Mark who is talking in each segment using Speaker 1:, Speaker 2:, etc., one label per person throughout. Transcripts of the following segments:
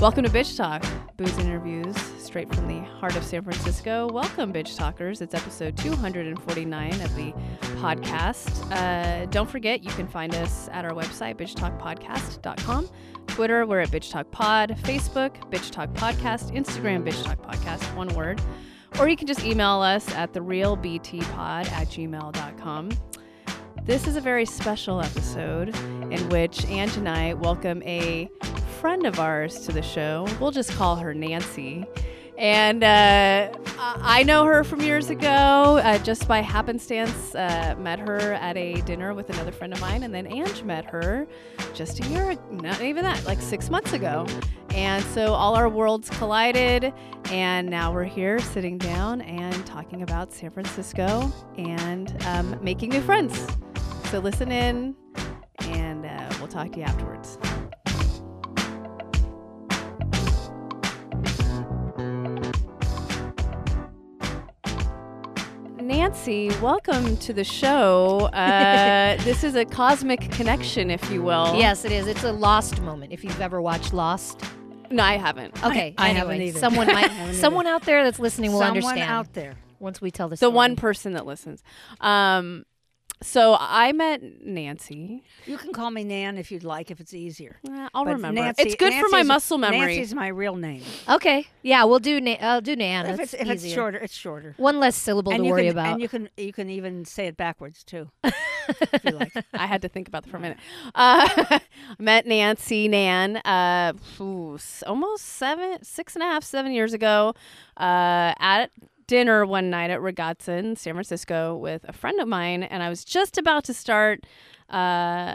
Speaker 1: Welcome to Bitch Talk, booze interviews straight from the heart of San Francisco. Welcome, Bitch Talkers. It's episode 249 of the podcast. Uh, don't forget, you can find us at our website, bitchtalkpodcast.com. Twitter, we're at Bitch Talk Pod. Facebook, Bitch Talk Podcast. Instagram, Bitch Talk Podcast, one word. Or you can just email us at therealbtpod at gmail.com. This is a very special episode in which Ange and I welcome a friend of ours to the show. We'll just call her Nancy. And uh, I I know her from years ago, uh, just by happenstance, uh, met her at a dinner with another friend of mine. And then Ange met her just a year, not even that, like six months ago. And so all our worlds collided. And now we're here sitting down and talking about San Francisco and um, making new friends. So listen in, and uh, we'll talk to you afterwards. Nancy, welcome to the show. Uh, this is a cosmic connection, if you will.
Speaker 2: Yes, it is. It's a Lost moment. If you've ever watched Lost,
Speaker 1: No, I haven't.
Speaker 2: okay.
Speaker 3: I
Speaker 2: anyway,
Speaker 3: haven't either.
Speaker 2: Someone might, someone out there that's listening will
Speaker 3: Someone
Speaker 2: understand
Speaker 3: out there.
Speaker 2: once we tell the
Speaker 1: The
Speaker 2: story.
Speaker 1: one person that listens. Um, so I met Nancy.
Speaker 3: You can call me Nan if you'd like, if it's easier.
Speaker 1: Uh, I'll
Speaker 3: But
Speaker 1: remember.
Speaker 3: Nancy-
Speaker 1: it's good for my
Speaker 3: Nancy's-
Speaker 1: muscle memory.
Speaker 3: Nancy's my real name.
Speaker 2: okay, yeah, we'll do. Na- I'll do Nan.
Speaker 3: if
Speaker 2: That's
Speaker 3: it's if it's
Speaker 2: easier.
Speaker 3: shorter, it's shorter.
Speaker 2: one less syllable to
Speaker 3: you
Speaker 2: worry
Speaker 3: can,
Speaker 2: about.
Speaker 3: And you can you can even say it backwards too. if you like.
Speaker 1: I had to think about that for a minute. Uh, met Nancy Nan uh, ooh, s- almost seven, six and a half, seven years ago uh, at dinner one night at Ragazza in San Francisco with a friend of mine. And I was just about to start uh,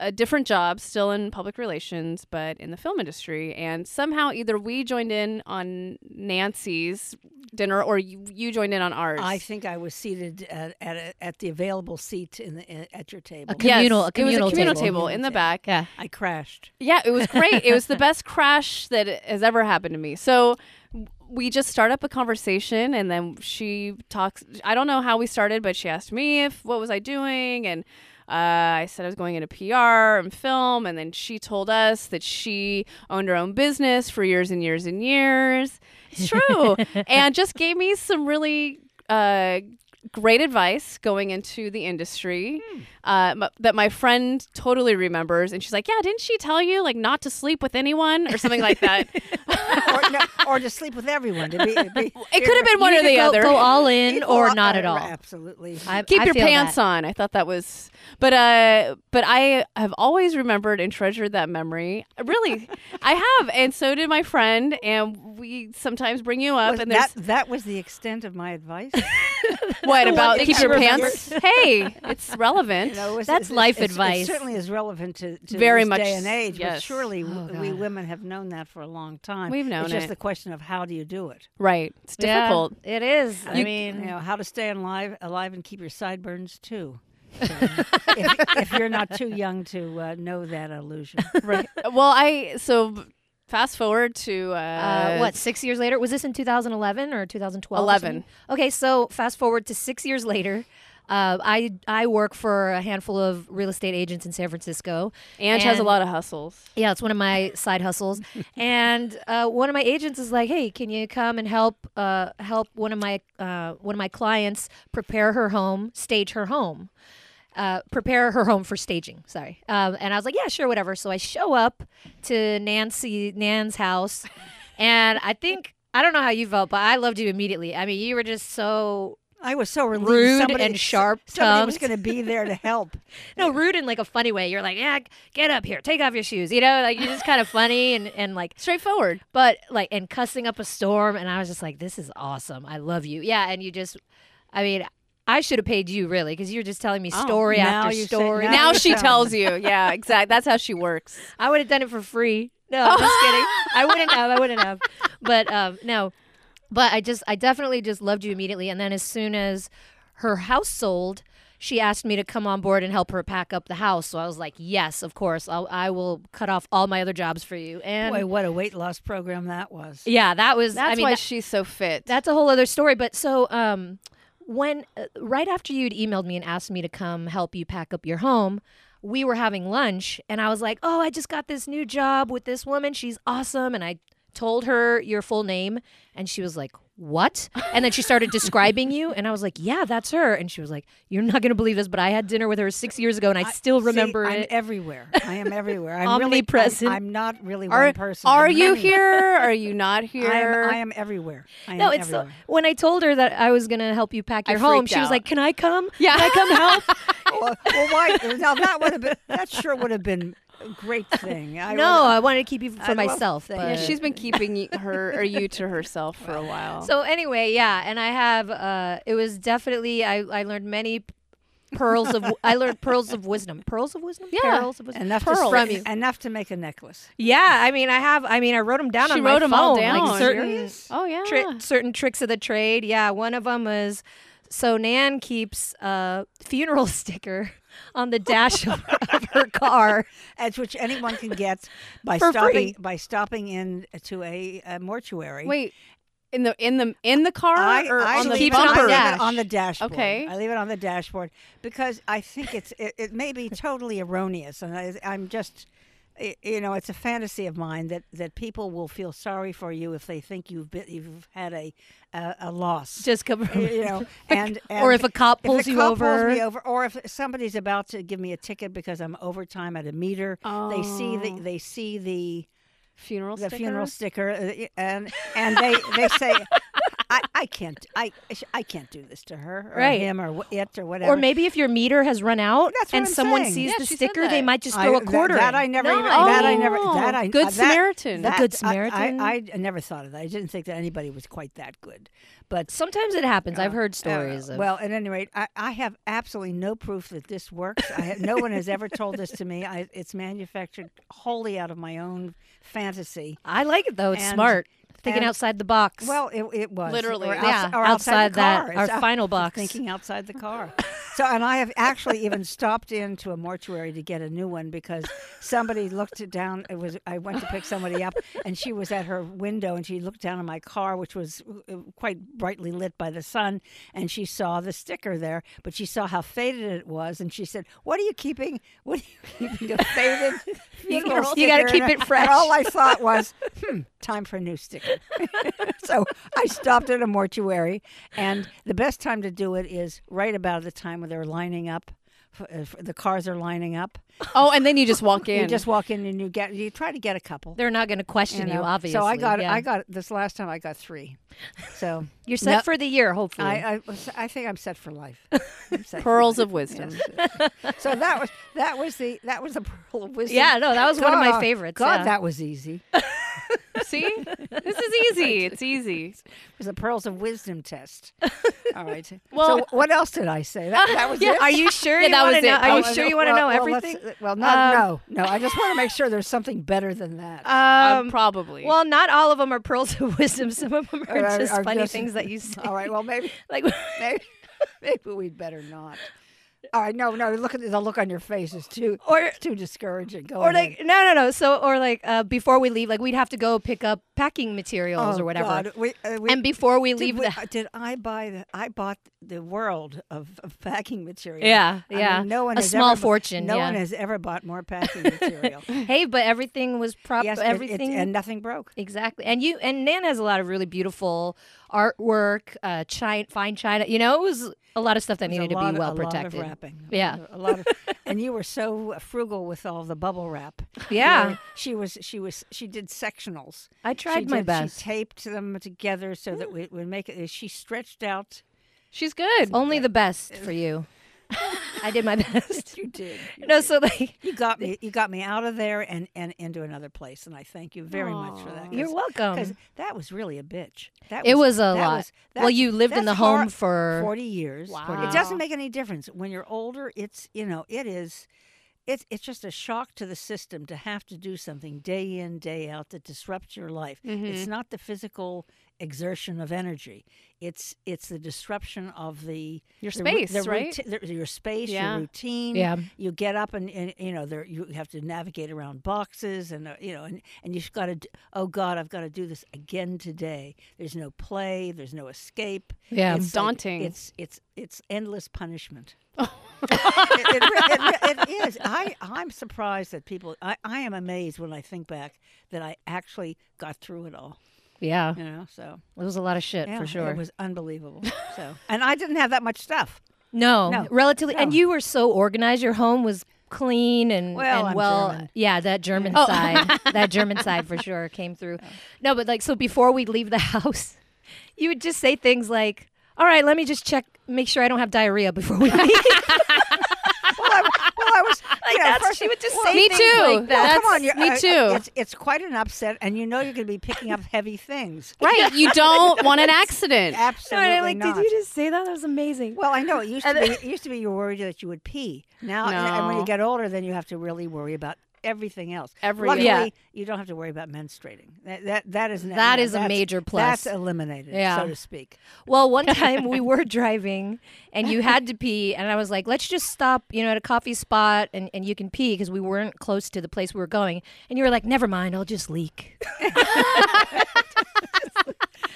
Speaker 1: a different job, still in public relations, but in the film industry. And somehow either we joined in on Nancy's dinner or you, you joined in on ours.
Speaker 3: I think I was seated at at, a, at the available seat in the, at your table.
Speaker 2: Okay. Communal- a
Speaker 1: it
Speaker 2: communal
Speaker 1: was a communal
Speaker 2: table.
Speaker 1: table in the back.
Speaker 2: yeah,
Speaker 3: I crashed.
Speaker 1: Yeah, it was great. it was the best crash that has ever happened to me. So w- we just start up a conversation and then she talks I don't know how we started, but she asked me if what was I doing and uh, I said I was going into PR and film, and then she told us that she owned her own business for years and years and years. It's true, and just gave me some really uh, great advice going into the industry
Speaker 2: Hmm.
Speaker 1: uh, m- that my friend totally remembers. And she's like, "Yeah, didn't she tell you like not to sleep with anyone or something like that?"
Speaker 3: or, no, or to sleep with everyone. To be, to be,
Speaker 1: It could have been one or
Speaker 2: Either
Speaker 1: the
Speaker 2: go,
Speaker 1: other.
Speaker 2: Go all in or not at all.
Speaker 3: Absolutely.
Speaker 2: I-
Speaker 1: keep
Speaker 2: I
Speaker 1: your
Speaker 2: feel
Speaker 1: pants
Speaker 2: that.
Speaker 1: on. I thought that was, but uh, but I have always remembered and treasured that memory. Really, I have, and so did my friend. And we sometimes bring you up,
Speaker 3: Was
Speaker 1: and
Speaker 3: that
Speaker 1: there's
Speaker 3: that was the extent of my advice.
Speaker 1: what about
Speaker 3: thing
Speaker 1: keep
Speaker 3: she
Speaker 1: your pants?
Speaker 3: remembers.
Speaker 1: hey, it's relevant.
Speaker 3: You know, it's-
Speaker 2: That's
Speaker 3: it's-
Speaker 2: life
Speaker 3: it's-
Speaker 2: advice.
Speaker 3: It certainly is relevant to, to
Speaker 1: Very
Speaker 3: this
Speaker 1: much
Speaker 3: day and
Speaker 1: s-
Speaker 3: age.
Speaker 1: yes.
Speaker 3: But surely
Speaker 2: Oh,
Speaker 3: w- we
Speaker 2: God.
Speaker 3: women have known that for a long time.
Speaker 1: We've known
Speaker 3: It's just
Speaker 1: it.
Speaker 3: the question of how do you do it?
Speaker 1: Right, it's
Speaker 2: Yeah,
Speaker 1: difficult.
Speaker 2: it is. I
Speaker 1: You-
Speaker 2: mean,
Speaker 3: You know, how to stay alive, alive and keep your sideburns too. So, if, if you're not too young to uh, know that illusion,
Speaker 1: Right. Well, I so fast forward to uh,
Speaker 2: uh, what six years later was this in 2011 or 2012
Speaker 1: 11.
Speaker 2: okay so fast forward to six years later uh, I I work for a handful of real estate agents in San Francisco.
Speaker 1: Ange has a
Speaker 2: and-
Speaker 1: lot of hustles.
Speaker 2: Yeah, it's one of my side hustles. and uh, one of my agents is like, "Hey, can you come and help uh, help one of my uh, one of my clients prepare her home, stage her home, uh, prepare her home for staging?" Sorry. Um, and I was like, "Yeah, sure, whatever." So I show up to Nancy Nan's house, and I think I don't know how you felt, but I loved you immediately. I mean, you were just so
Speaker 3: I was so relieved.
Speaker 2: Rude
Speaker 3: somebody,
Speaker 2: and sharp
Speaker 3: Somebody was
Speaker 2: tongued.
Speaker 3: going to be there to help.
Speaker 2: no rude in like a funny way. You're like, "Yeah, get up here, take off your shoes," you know, like you're just kind of funny and and like
Speaker 1: Straightforward.
Speaker 2: but like and cussing up a storm and i was just like this is awesome i love you yeah and you just i mean i should have paid you really because you're just telling me
Speaker 1: Oh,
Speaker 2: story
Speaker 3: now
Speaker 2: after
Speaker 3: you say-
Speaker 2: story
Speaker 3: now
Speaker 1: Now she
Speaker 3: yourself.
Speaker 1: tells you. Yeah, exactly. That's how she works.
Speaker 2: i would have done it for free no i'm just kidding i wouldn't have i wouldn't have but um no but i just i definitely just loved you immediately and then as soon as her house sold she asked me to come on board and help her pack up the house so i was like yes of course I'll, i will cut off all my other jobs for you and
Speaker 3: Boy, what a weight loss program that was.
Speaker 2: yeah that was
Speaker 1: That's
Speaker 2: i mean
Speaker 1: why
Speaker 2: that-
Speaker 1: she's so fit.
Speaker 2: That's a whole other story. But so, um, when uh, right after you'd emailed me and asked me to come help you pack up your home, we were having lunch and I was like, "Oh, I just got this new job with this woman. She's awesome." And I told her your full name and she was like, "What?" And then she started describing you and I was like, "Yeah, that's her." And she was like, "You're not going to believe this, but I had dinner with her 6 years ago and I, still
Speaker 3: See,
Speaker 2: remember
Speaker 3: I'm
Speaker 2: it."
Speaker 3: everywhere. I am everywhere. I'm
Speaker 1: Omnipresent.
Speaker 3: Really, I'm, I'm not really
Speaker 1: Are,
Speaker 3: one person.
Speaker 1: are
Speaker 3: but
Speaker 1: you
Speaker 3: many.
Speaker 1: here? Are you not
Speaker 3: I
Speaker 1: here?
Speaker 3: am, I am everywhere. I
Speaker 2: no,
Speaker 3: am
Speaker 2: it's so,
Speaker 3: everywhere.
Speaker 2: when I told her that I was gonna help you pack
Speaker 1: I
Speaker 2: your home.
Speaker 1: freaked
Speaker 2: She was
Speaker 1: out.
Speaker 2: like, "Can I come?
Speaker 1: Yeah.
Speaker 2: Can I come help?"
Speaker 3: well, well, why? Now that would have been. That sure would have been a great thing. I
Speaker 2: no, I wanted to keep you for
Speaker 3: love
Speaker 2: myself.
Speaker 3: that.
Speaker 1: yeah,
Speaker 2: but-
Speaker 1: she's been keeping y- her or you to herself for a while.
Speaker 2: So anyway, yeah, and I have. Uh, it was definitely I. I learned many pearls of. I learned pearls of wisdom. Pearls of wisdom.
Speaker 1: Yeah.
Speaker 2: Pearls of
Speaker 3: would-
Speaker 2: wisdom.
Speaker 3: enough
Speaker 2: pearls.
Speaker 3: to
Speaker 2: from you.
Speaker 3: enough to make a necklace.
Speaker 2: Yeah, I mean, I have. I mean, I wrote them down
Speaker 1: She
Speaker 2: on
Speaker 1: wrote
Speaker 2: my
Speaker 1: 'em all
Speaker 2: phone,
Speaker 1: down.
Speaker 2: Like certain
Speaker 3: Serious?
Speaker 1: oh yeah.
Speaker 2: tri- certain tricks of the trade. Yeah, one of them was. So Nan keeps a funeral sticker on the dash of, of her car.
Speaker 3: As which anyone can get by
Speaker 2: For
Speaker 3: stopping
Speaker 2: free.
Speaker 3: by stopping in to a, uh mortuary.
Speaker 1: Wait, in the in the in the car
Speaker 3: I,
Speaker 1: or
Speaker 3: I
Speaker 1: on the
Speaker 3: leave
Speaker 2: it on
Speaker 1: bumper?
Speaker 3: I leave
Speaker 2: dash.
Speaker 3: it on the dashboard.
Speaker 1: Okay.
Speaker 3: I leave it on the dashboard because I think it's it, it may be totally erroneous, and I, I'm just. i- You know, it's a fantasy of mine that, that people will feel sorry for you if they think you've been, you've had a a, a loss.
Speaker 2: Just come.
Speaker 3: you know, and, and
Speaker 2: Or if a cop
Speaker 3: the
Speaker 2: pulls you
Speaker 3: cop
Speaker 2: over.
Speaker 3: pulls me over, or if somebody's about to give me a ticket because I'm overtime at a meter, they see
Speaker 2: Oh.
Speaker 3: the they see the
Speaker 1: funeral
Speaker 3: the
Speaker 1: sticker?
Speaker 3: funeral sticker, uh, and and they they say. I, I can't I I can't do this to her or
Speaker 2: Right.
Speaker 3: him or wh- it or whatever.
Speaker 2: Or maybe if your meter has run out
Speaker 3: That's what
Speaker 2: and
Speaker 3: I'm
Speaker 2: someone
Speaker 3: saying.
Speaker 2: sees
Speaker 1: Yeah,
Speaker 2: the
Speaker 1: she said
Speaker 2: sticker, they
Speaker 1: that.
Speaker 2: might just
Speaker 3: I-
Speaker 2: throw a
Speaker 3: that-
Speaker 2: quarter.
Speaker 3: that,
Speaker 2: in.
Speaker 3: I never
Speaker 2: No,
Speaker 3: even that I never
Speaker 1: Oh,
Speaker 3: that I uh,
Speaker 1: Good
Speaker 3: that-
Speaker 1: Samaritan. The
Speaker 3: that-
Speaker 2: Good
Speaker 3: I-
Speaker 2: Samaritan.
Speaker 3: I, I, I never thought of that. I didn't think that anybody was quite that good. But
Speaker 2: Sometimes it happens. I've
Speaker 3: Uh,
Speaker 2: heard
Speaker 3: uh,
Speaker 2: stories of.
Speaker 3: well, at any rate, I, I have absolutely no proof that this works. I have, no one has ever told this to me. I, it's manufactured wholly out of my own fantasy.
Speaker 2: I like it though. It's
Speaker 3: and-
Speaker 2: smart thinking
Speaker 3: and-
Speaker 2: outside the box.
Speaker 3: Well, it, it was
Speaker 1: Literally.
Speaker 3: or outs-
Speaker 2: Yeah,
Speaker 3: or outside,
Speaker 2: outside
Speaker 3: the
Speaker 2: that,
Speaker 3: car.
Speaker 2: our
Speaker 3: It's out-
Speaker 2: final box.
Speaker 3: Thinking outside the car. So, and I have actually even stopped into a mortuary to get a new one because somebody looked it down. It was I went to pick somebody up, and she was at her window, and she looked down on my car, which was uh, quite brightly lit by the sun, and she saw the sticker there, but she saw how faded it was, and she said, "What are you keeping? What are you keeping a faded funeral
Speaker 2: gotta- you gotta
Speaker 3: sticker?"
Speaker 2: keep
Speaker 3: And
Speaker 2: it
Speaker 3: I-
Speaker 2: fresh.
Speaker 3: And all I thought was, "Hmm, time for a new sticker." so I stopped at a mortuary, and the best time to do it is right about the time when they're lining up. f- uh, f- The cars are lining up.
Speaker 1: Oh, and then you just walk in.
Speaker 3: You just walk in and you get. You try to get a couple.
Speaker 2: They're not going to
Speaker 3: you
Speaker 2: question you,
Speaker 3: know.
Speaker 2: obviously.
Speaker 3: So I got.
Speaker 2: Yeah.
Speaker 3: I got this last time. I got three. So
Speaker 2: You're set
Speaker 3: No.
Speaker 2: for the year, hopefully.
Speaker 3: I, I. I think I'm set for life. I'm set for
Speaker 1: pearls
Speaker 3: life.
Speaker 1: of wisdom.
Speaker 3: So that was that was the that was the pearl of wisdom.
Speaker 2: yeah, no, that was one of my
Speaker 3: God,
Speaker 2: favorites.
Speaker 3: God,
Speaker 2: yeah.
Speaker 3: that was easy.
Speaker 1: See, this is easy. It's easy.
Speaker 3: It was the pearls of wisdom test. All right.
Speaker 1: Well-
Speaker 3: so what else did I say? That, that was it.
Speaker 2: Are you sure?
Speaker 1: Yeah,
Speaker 2: you
Speaker 1: that
Speaker 2: wanna
Speaker 1: was
Speaker 2: know-
Speaker 1: it.
Speaker 2: Are you
Speaker 1: Oh,
Speaker 2: sure
Speaker 1: no,
Speaker 2: you want to know
Speaker 3: Well, well,
Speaker 2: everything?
Speaker 3: let's- Well, not,
Speaker 2: Um,
Speaker 3: no, no. I just want to make sure there's something better than that.
Speaker 1: Um,
Speaker 2: Um,
Speaker 1: probably.
Speaker 2: well, not all of them are pearls of wisdom. Some of them are,
Speaker 3: Or are-
Speaker 2: just
Speaker 3: are
Speaker 2: funny
Speaker 3: just-
Speaker 2: things that you say.
Speaker 3: All right. Well, maybe,
Speaker 2: Like,
Speaker 3: maybe, maybe we'd better not. All right. No, no. Look at the look on your face is too
Speaker 2: or
Speaker 3: it's too discouraging. Go
Speaker 2: or
Speaker 3: ahead.
Speaker 2: like no no no so or like uh, before we leave like we'd have to go pick up packing materials
Speaker 3: Oh,
Speaker 2: or whatever
Speaker 3: God, we- uh, we-
Speaker 2: and before we
Speaker 3: did
Speaker 2: leave
Speaker 3: we-
Speaker 2: the
Speaker 3: uh, Did I buy the? I bought the world of, of packing material.
Speaker 2: Yeah,
Speaker 3: I mean,
Speaker 2: yeah.
Speaker 3: no one
Speaker 2: A
Speaker 3: has
Speaker 2: small
Speaker 3: ever bu-
Speaker 2: fortune,
Speaker 3: No
Speaker 2: yeah.
Speaker 3: one has ever bought more packing material.
Speaker 2: hey but everything was prop
Speaker 3: yes, it- it-
Speaker 2: everything
Speaker 3: and nothing broke.
Speaker 2: exactly and you and nan has a lot of really beautiful artwork uh china fine china you know it was a lot of stuff that
Speaker 3: It was
Speaker 2: needed to
Speaker 3: a lot
Speaker 2: be
Speaker 3: of-
Speaker 2: well
Speaker 3: a lot of
Speaker 2: protected
Speaker 3: wrapping.
Speaker 2: Yeah.
Speaker 3: a lot of, and you were so frugal with all the bubble wrap.
Speaker 2: Uh-huh.
Speaker 3: You
Speaker 2: Yeah.
Speaker 3: know, she was. She was. She did sectionals.
Speaker 2: i tried
Speaker 3: she
Speaker 2: my
Speaker 3: did-
Speaker 2: best
Speaker 3: She taped them together so that we would make it. She stretched out.
Speaker 1: she's good.
Speaker 2: only the best for you i did my best
Speaker 3: You did. You
Speaker 2: no
Speaker 3: did.
Speaker 2: so like
Speaker 3: you got me. You got me out of there and and into another place. And I thank you very much for that. 'cause-
Speaker 2: you're
Speaker 3: Because
Speaker 2: welcome
Speaker 3: that was really a bitch. That
Speaker 2: It was a
Speaker 3: that
Speaker 2: lot. Well,
Speaker 3: that's-
Speaker 2: you lived in
Speaker 3: that's
Speaker 2: the home
Speaker 3: hard-
Speaker 2: for-
Speaker 3: forty years.
Speaker 1: Wow.
Speaker 3: It doesn't make any difference when you're older. It's you know it is. It's, it's just a shock to the system to have to do something day in day out that disrupts your life.
Speaker 2: Mm-hmm.
Speaker 3: It's not the physical exertion of energy. It's it's the disruption of the
Speaker 1: Your
Speaker 3: the ru- the
Speaker 1: space, right?
Speaker 3: routi- the- your space,
Speaker 1: Yeah.
Speaker 3: your routine.
Speaker 2: Yeah.
Speaker 3: You get up and, and you know there you have to navigate around boxes and uh, you know and and you've got to oh god I've got to do this again today. There's no play. There's no escape.
Speaker 2: Yeah.
Speaker 1: It's
Speaker 3: like-
Speaker 1: daunting.
Speaker 2: Oh.
Speaker 3: it's it's it's endless punishment. it, it, it, it is. I, I'm surprised that people, I, I am amazed when I think back that I actually got through it all,
Speaker 2: Yeah,
Speaker 3: you know? So,
Speaker 2: it was a lot of shit
Speaker 3: yeah,
Speaker 2: for sure.
Speaker 3: It was unbelievable. So, and I didn't have that much stuff.
Speaker 2: no,
Speaker 3: No.
Speaker 2: relatively, and
Speaker 3: No.
Speaker 2: you were so organized. Your home was clean and
Speaker 3: Well,
Speaker 2: and
Speaker 3: I'm
Speaker 2: well
Speaker 3: German.
Speaker 2: yeah that german
Speaker 1: Oh.
Speaker 2: side that german side for sure came through no but like so before we'd leave the house you would just say things like all right let me just check make sure i don't have diarrhea before we leave
Speaker 3: Well, I, well, I was, you know,
Speaker 2: that's-
Speaker 3: first,
Speaker 2: she would just
Speaker 3: well,
Speaker 2: say
Speaker 1: Me
Speaker 2: things
Speaker 1: too.
Speaker 2: like
Speaker 3: well,
Speaker 2: that.
Speaker 3: come on, you're,
Speaker 1: me
Speaker 3: I- I-
Speaker 1: too.
Speaker 3: it's, it's quite an upset, and you know you're going to be picking up heavy things.
Speaker 1: Right. You don't want an accident.
Speaker 2: No,
Speaker 3: Absolutely
Speaker 2: and I'm like,
Speaker 3: not.
Speaker 2: did you just say that? That was amazing.
Speaker 3: Well, I know it used to be. It used to be you were worried that you would pee. Now, and- and when
Speaker 1: No.
Speaker 3: you get older, then you have to really worry about everything else.
Speaker 1: Every-
Speaker 3: Luckily,
Speaker 2: Yeah.
Speaker 3: you don't have to worry about menstruating. That that, that is an-
Speaker 2: That
Speaker 3: you know,
Speaker 2: is a
Speaker 3: that's-
Speaker 2: major plus.
Speaker 3: That's eliminated,
Speaker 2: Yeah.
Speaker 3: so to speak.
Speaker 2: Well, one time we were driving and you had to pee, and I was like, let's just stop, you know, at a coffee spot and, and you can pee because we weren't close to the place we were going. And you were like, never mind, I'll just leak.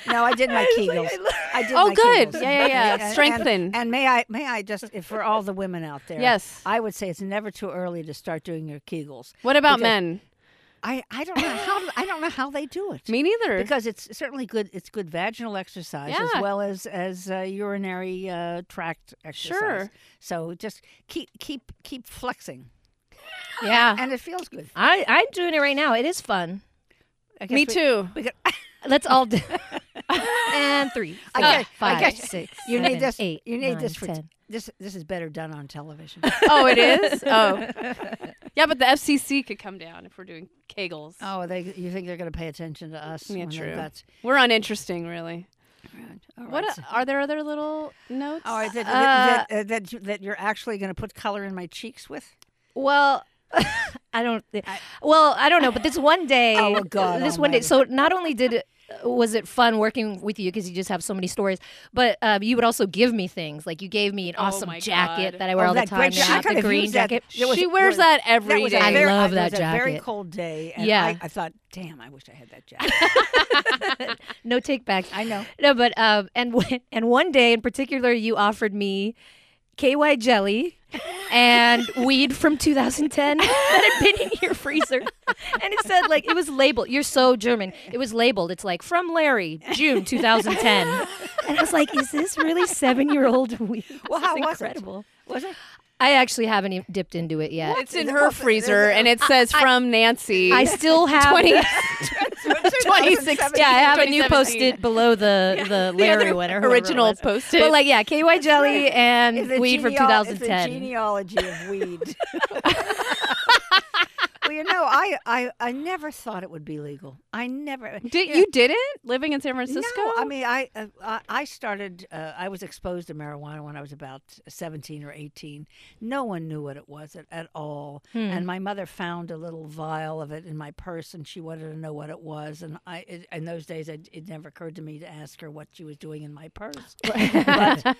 Speaker 3: No, I did my Kegels. I did
Speaker 1: Oh,
Speaker 3: my
Speaker 1: good.
Speaker 3: Kegels.
Speaker 1: Yeah, yeah, yeah.
Speaker 3: And- and-
Speaker 1: Strengthen.
Speaker 3: And, may I may I just if for all the women out there,
Speaker 1: Yes.
Speaker 3: I would say it's never too early to start doing your Kegels.
Speaker 1: What about
Speaker 3: Because-
Speaker 1: men?
Speaker 3: I, I don't know how I don't know how they do it.
Speaker 1: Me neither.
Speaker 3: because it's certainly good. It's good vaginal exercise
Speaker 1: Yeah.
Speaker 3: as well as as uh, urinary uh, tract exercise.
Speaker 1: Sure.
Speaker 3: So just keep keep keep flexing,
Speaker 1: Uh-huh.
Speaker 2: Yeah.
Speaker 3: and it feels good.
Speaker 2: I, I'm doing it right now. It is fun.
Speaker 3: I guess
Speaker 1: Me
Speaker 3: we-
Speaker 1: too.
Speaker 3: we could-
Speaker 2: Let's all do And three,
Speaker 1: uh,
Speaker 2: four,
Speaker 3: Okay,
Speaker 2: five,
Speaker 3: okay.
Speaker 2: six,
Speaker 3: you
Speaker 2: seven,
Speaker 3: need this.
Speaker 2: eight,
Speaker 3: you need
Speaker 2: nine,
Speaker 3: this for
Speaker 2: 10.
Speaker 3: this. This is better done on television.
Speaker 1: Oh, it is? Oh. Yeah, but the FCC could come down if we're doing kegels.
Speaker 3: oh, they you think they're going to pay attention to us?
Speaker 1: Yeah,
Speaker 3: when they've
Speaker 1: true.
Speaker 3: got-
Speaker 1: We're uninteresting, really.
Speaker 3: All right. Oh,
Speaker 1: What a- are there other little notes?
Speaker 3: all right, that,
Speaker 1: Uh,
Speaker 3: that, that, that, you- that you're actually going to put color in my cheeks with?
Speaker 2: Well, I don't. thi- well, I don't know, but this one day,
Speaker 3: Oh, well, God
Speaker 2: this one day.
Speaker 3: almighty.
Speaker 2: So not only did it, was it fun working with you because you just have so many stories, but uh, you would also give me things. Like you gave me an
Speaker 1: Oh,
Speaker 2: awesome
Speaker 1: my
Speaker 2: jacket
Speaker 1: God.
Speaker 2: that I wear
Speaker 3: Oh,
Speaker 2: all the
Speaker 3: that
Speaker 2: time.
Speaker 3: great
Speaker 2: now,
Speaker 3: jacket. I could
Speaker 2: the
Speaker 3: have
Speaker 2: green
Speaker 3: used that.
Speaker 2: jacket.
Speaker 3: There was-
Speaker 1: she wears
Speaker 3: there-
Speaker 1: that every
Speaker 3: was
Speaker 1: day.
Speaker 3: a
Speaker 2: I
Speaker 3: very-
Speaker 2: love
Speaker 3: it
Speaker 2: that
Speaker 3: was a very
Speaker 2: jacket.
Speaker 3: cold day, and
Speaker 2: Yeah.
Speaker 3: I, I thought, damn, I wish I had that jacket.
Speaker 2: No take back.
Speaker 3: I know.
Speaker 2: No, but um, and when, and one day in particular, you offered me KY jelly and weed from 2010 that had been in your freezer, and it said like it was labeled. You're so German. It was labeled. It's like from Larry, June 2010, and I was like, is this really seven year old weed?
Speaker 3: Well,
Speaker 2: This is
Speaker 3: how was it?
Speaker 2: incredible.
Speaker 3: Was it?
Speaker 2: I actually haven't even dipped into it yet.
Speaker 1: It's in her freezer, and it says from Nancy.
Speaker 2: I still have
Speaker 1: 20,
Speaker 2: Yeah,
Speaker 1: 2016.
Speaker 2: I have a new
Speaker 1: 2017.
Speaker 2: post-it below the the Larry
Speaker 1: other
Speaker 2: one or whoever it
Speaker 1: original
Speaker 2: was.
Speaker 1: post
Speaker 2: But like, yeah, KY jelly
Speaker 3: It's
Speaker 2: and
Speaker 3: the
Speaker 2: weed from
Speaker 3: geneal- it's the
Speaker 2: 2010.
Speaker 3: genealogy of weed. well, you know, I, I I never thought it would be legal. I never.
Speaker 1: Did
Speaker 3: Yeah.
Speaker 1: you didn't living in San Francisco?
Speaker 3: No, I mean, I uh, I- I started. Uh, I was exposed to marijuana when I was about seventeen or eighteen. No one knew what it was at, at all,
Speaker 1: Hmm.
Speaker 3: and my mother found a little vial of it in my purse, and she wanted to know what it was. And I, it, in those days, it, it never occurred to me to ask her what she was doing in my purse. but uh,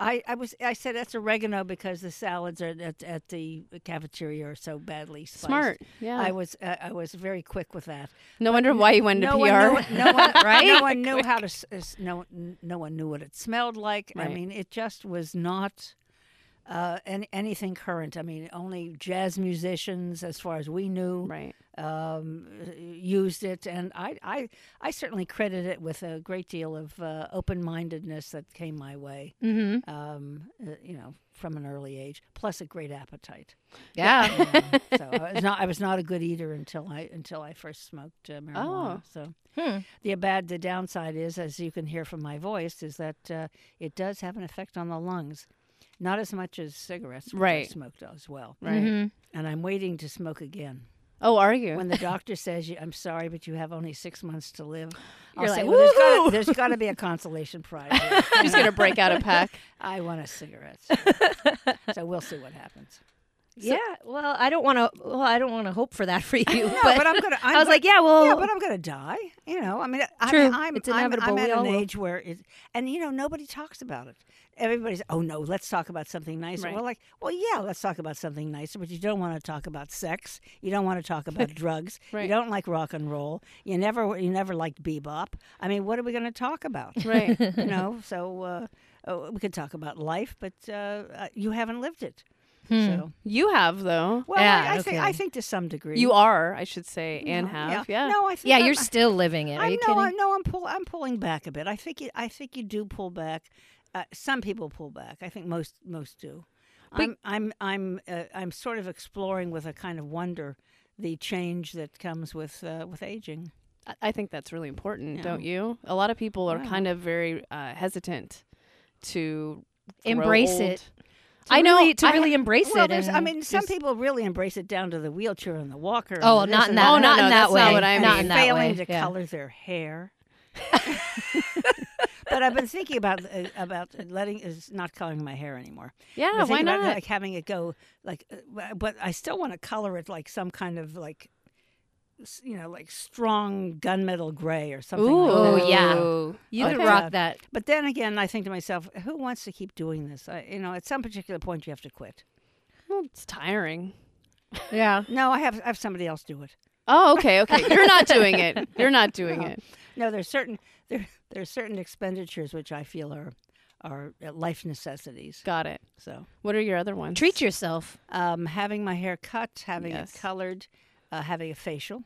Speaker 3: I, I was, I said that's oregano because the salads are at, at the cafeteria are so badly spiced.
Speaker 1: smart. Yeah.
Speaker 3: I was uh, I was very quick with that
Speaker 1: no wonder why you went to
Speaker 3: no
Speaker 1: PR.
Speaker 3: One knew, what- no one,
Speaker 2: Right?
Speaker 3: No one knew how to. s- s- No, n- no one knew what it smelled like.
Speaker 1: Right.
Speaker 3: I mean, it just was not uh, any, anything current. I mean, only jazz musicians, as far as we knew,
Speaker 1: right.
Speaker 3: um, used it, and I, I, I certainly credit it with a great deal of uh, open-mindedness that came my way.
Speaker 2: Mm-hmm.
Speaker 3: Um, uh, you know. From an early age, plus a great appetite.
Speaker 2: Yeah.
Speaker 3: you know. so I was not—I was not a good eater until I until I first smoked uh,
Speaker 1: Oh.
Speaker 3: marijuana. So
Speaker 2: Hmm.
Speaker 3: the bad the downside is as you can hear from my voice is that uh, it does have an effect on the lungs not as much as cigarettes which I
Speaker 1: Right.
Speaker 3: smoked as well
Speaker 1: Right.
Speaker 2: Mhm.
Speaker 3: and i'm waiting to smoke again
Speaker 1: Oh, are you?
Speaker 3: Mm-hmm. when the doctor says you, i'm sorry but you have only six months to live
Speaker 2: You're
Speaker 3: I'll say,
Speaker 2: like,
Speaker 3: well, there's
Speaker 2: "Woohoo!"
Speaker 3: gotta- there's got to be a consolation prize here."
Speaker 1: I'm just gonna break out a pack.
Speaker 3: i want a cigarette so we'll see what happens
Speaker 2: yeah. Well, I don't want to. Well, I don't want to hope for that for you.
Speaker 3: No,
Speaker 2: but,
Speaker 3: but i'm gonna
Speaker 2: i
Speaker 3: I'm
Speaker 2: was
Speaker 3: gonna-
Speaker 2: like, yeah. Well,
Speaker 3: yeah, but I'm gonna die. You know, I mean, I,
Speaker 2: True.
Speaker 3: mean, I'm,
Speaker 2: It's
Speaker 3: I'm,
Speaker 2: inevitable.
Speaker 3: I'm
Speaker 2: We
Speaker 3: at
Speaker 2: all
Speaker 3: an
Speaker 2: will.
Speaker 3: age where it, and you know, nobody talks about it. Everybody's, oh no, let's talk about something nicer.
Speaker 1: Right.
Speaker 3: Well, like, well, yeah, let's talk about something nicer, but you don't want to talk about sex. You don't want to talk about drugs.
Speaker 1: Right.
Speaker 3: You don't like rock and roll. You never, you never liked bebop. I mean, what are we going to talk about?
Speaker 1: Right.
Speaker 3: you know, so uh, uh, we could talk about life, but uh, uh, you haven't lived it.
Speaker 2: Hmm.
Speaker 3: So,
Speaker 1: You have though.
Speaker 3: well,
Speaker 2: Yeah,
Speaker 3: I, I think I
Speaker 2: okay.
Speaker 3: think to some degree
Speaker 1: You are, I should say, and
Speaker 3: No,
Speaker 1: have. Yeah.
Speaker 3: No, I think
Speaker 2: yeah,
Speaker 3: I'm-
Speaker 2: you're still living it. Are
Speaker 3: I'm,
Speaker 2: you
Speaker 3: no,
Speaker 2: kidding?
Speaker 3: I'm, no, I'm pull, I'm pulling back a bit. I think you, I think you do pull back. Uh, some people pull back. I think most most do.
Speaker 1: But-
Speaker 3: I'm I'm I'm uh, I'm sort of exploring with a kind of wonder the change that comes with uh, with aging.
Speaker 1: I- I think that's really important,
Speaker 3: Yeah.
Speaker 1: don't you? A lot of people are
Speaker 3: Yeah.
Speaker 1: kind of very uh, hesitant to grow
Speaker 2: Embrace
Speaker 1: old.
Speaker 2: it. To
Speaker 1: I know
Speaker 2: really, to
Speaker 1: I ha-
Speaker 2: really embrace
Speaker 3: Well,
Speaker 2: it.
Speaker 3: there's, I
Speaker 2: and
Speaker 3: mean, some
Speaker 2: just-
Speaker 3: people really embrace it down to the wheelchair and the walker. and
Speaker 2: Oh,
Speaker 3: the this
Speaker 2: not in
Speaker 3: and
Speaker 2: that.
Speaker 1: Oh, no,
Speaker 2: not
Speaker 1: no,
Speaker 2: in that
Speaker 1: that's
Speaker 2: way.
Speaker 1: not what I
Speaker 3: and
Speaker 2: Not
Speaker 1: mean.
Speaker 2: in that
Speaker 3: failing
Speaker 2: way.
Speaker 3: to
Speaker 2: yeah.
Speaker 3: color their hair. but I've been thinking about uh, about letting is not coloring my hair anymore.
Speaker 1: Yeah,
Speaker 3: But
Speaker 1: Oh, why
Speaker 3: think about,
Speaker 1: not?
Speaker 3: Like having it go like, uh, w- but I still want to color it like some kind of like, s- you know, like strong gunmetal gray or something. like
Speaker 2: Ooh,
Speaker 3: that.
Speaker 2: Oh, yeah.
Speaker 1: Ooh.
Speaker 2: You
Speaker 3: Okay.
Speaker 2: could rock that.
Speaker 3: But then again, I think to myself, who wants to keep doing this? I, you know, at some particular point, you have to quit.
Speaker 1: Well, it's tiring.
Speaker 2: Yeah.
Speaker 3: No, I have I have somebody else do it.
Speaker 1: Oh, okay, okay. You're not doing it. You're not doing
Speaker 3: No.
Speaker 1: it.
Speaker 3: No, there's certain there there's certain expenditures which I feel are are uh, life necessities.
Speaker 1: Got it.
Speaker 3: So,
Speaker 1: What are your other ones?
Speaker 2: Treat yourself.
Speaker 3: um, having my hair cut, having
Speaker 1: Yes.
Speaker 3: it colored, uh, having a facial.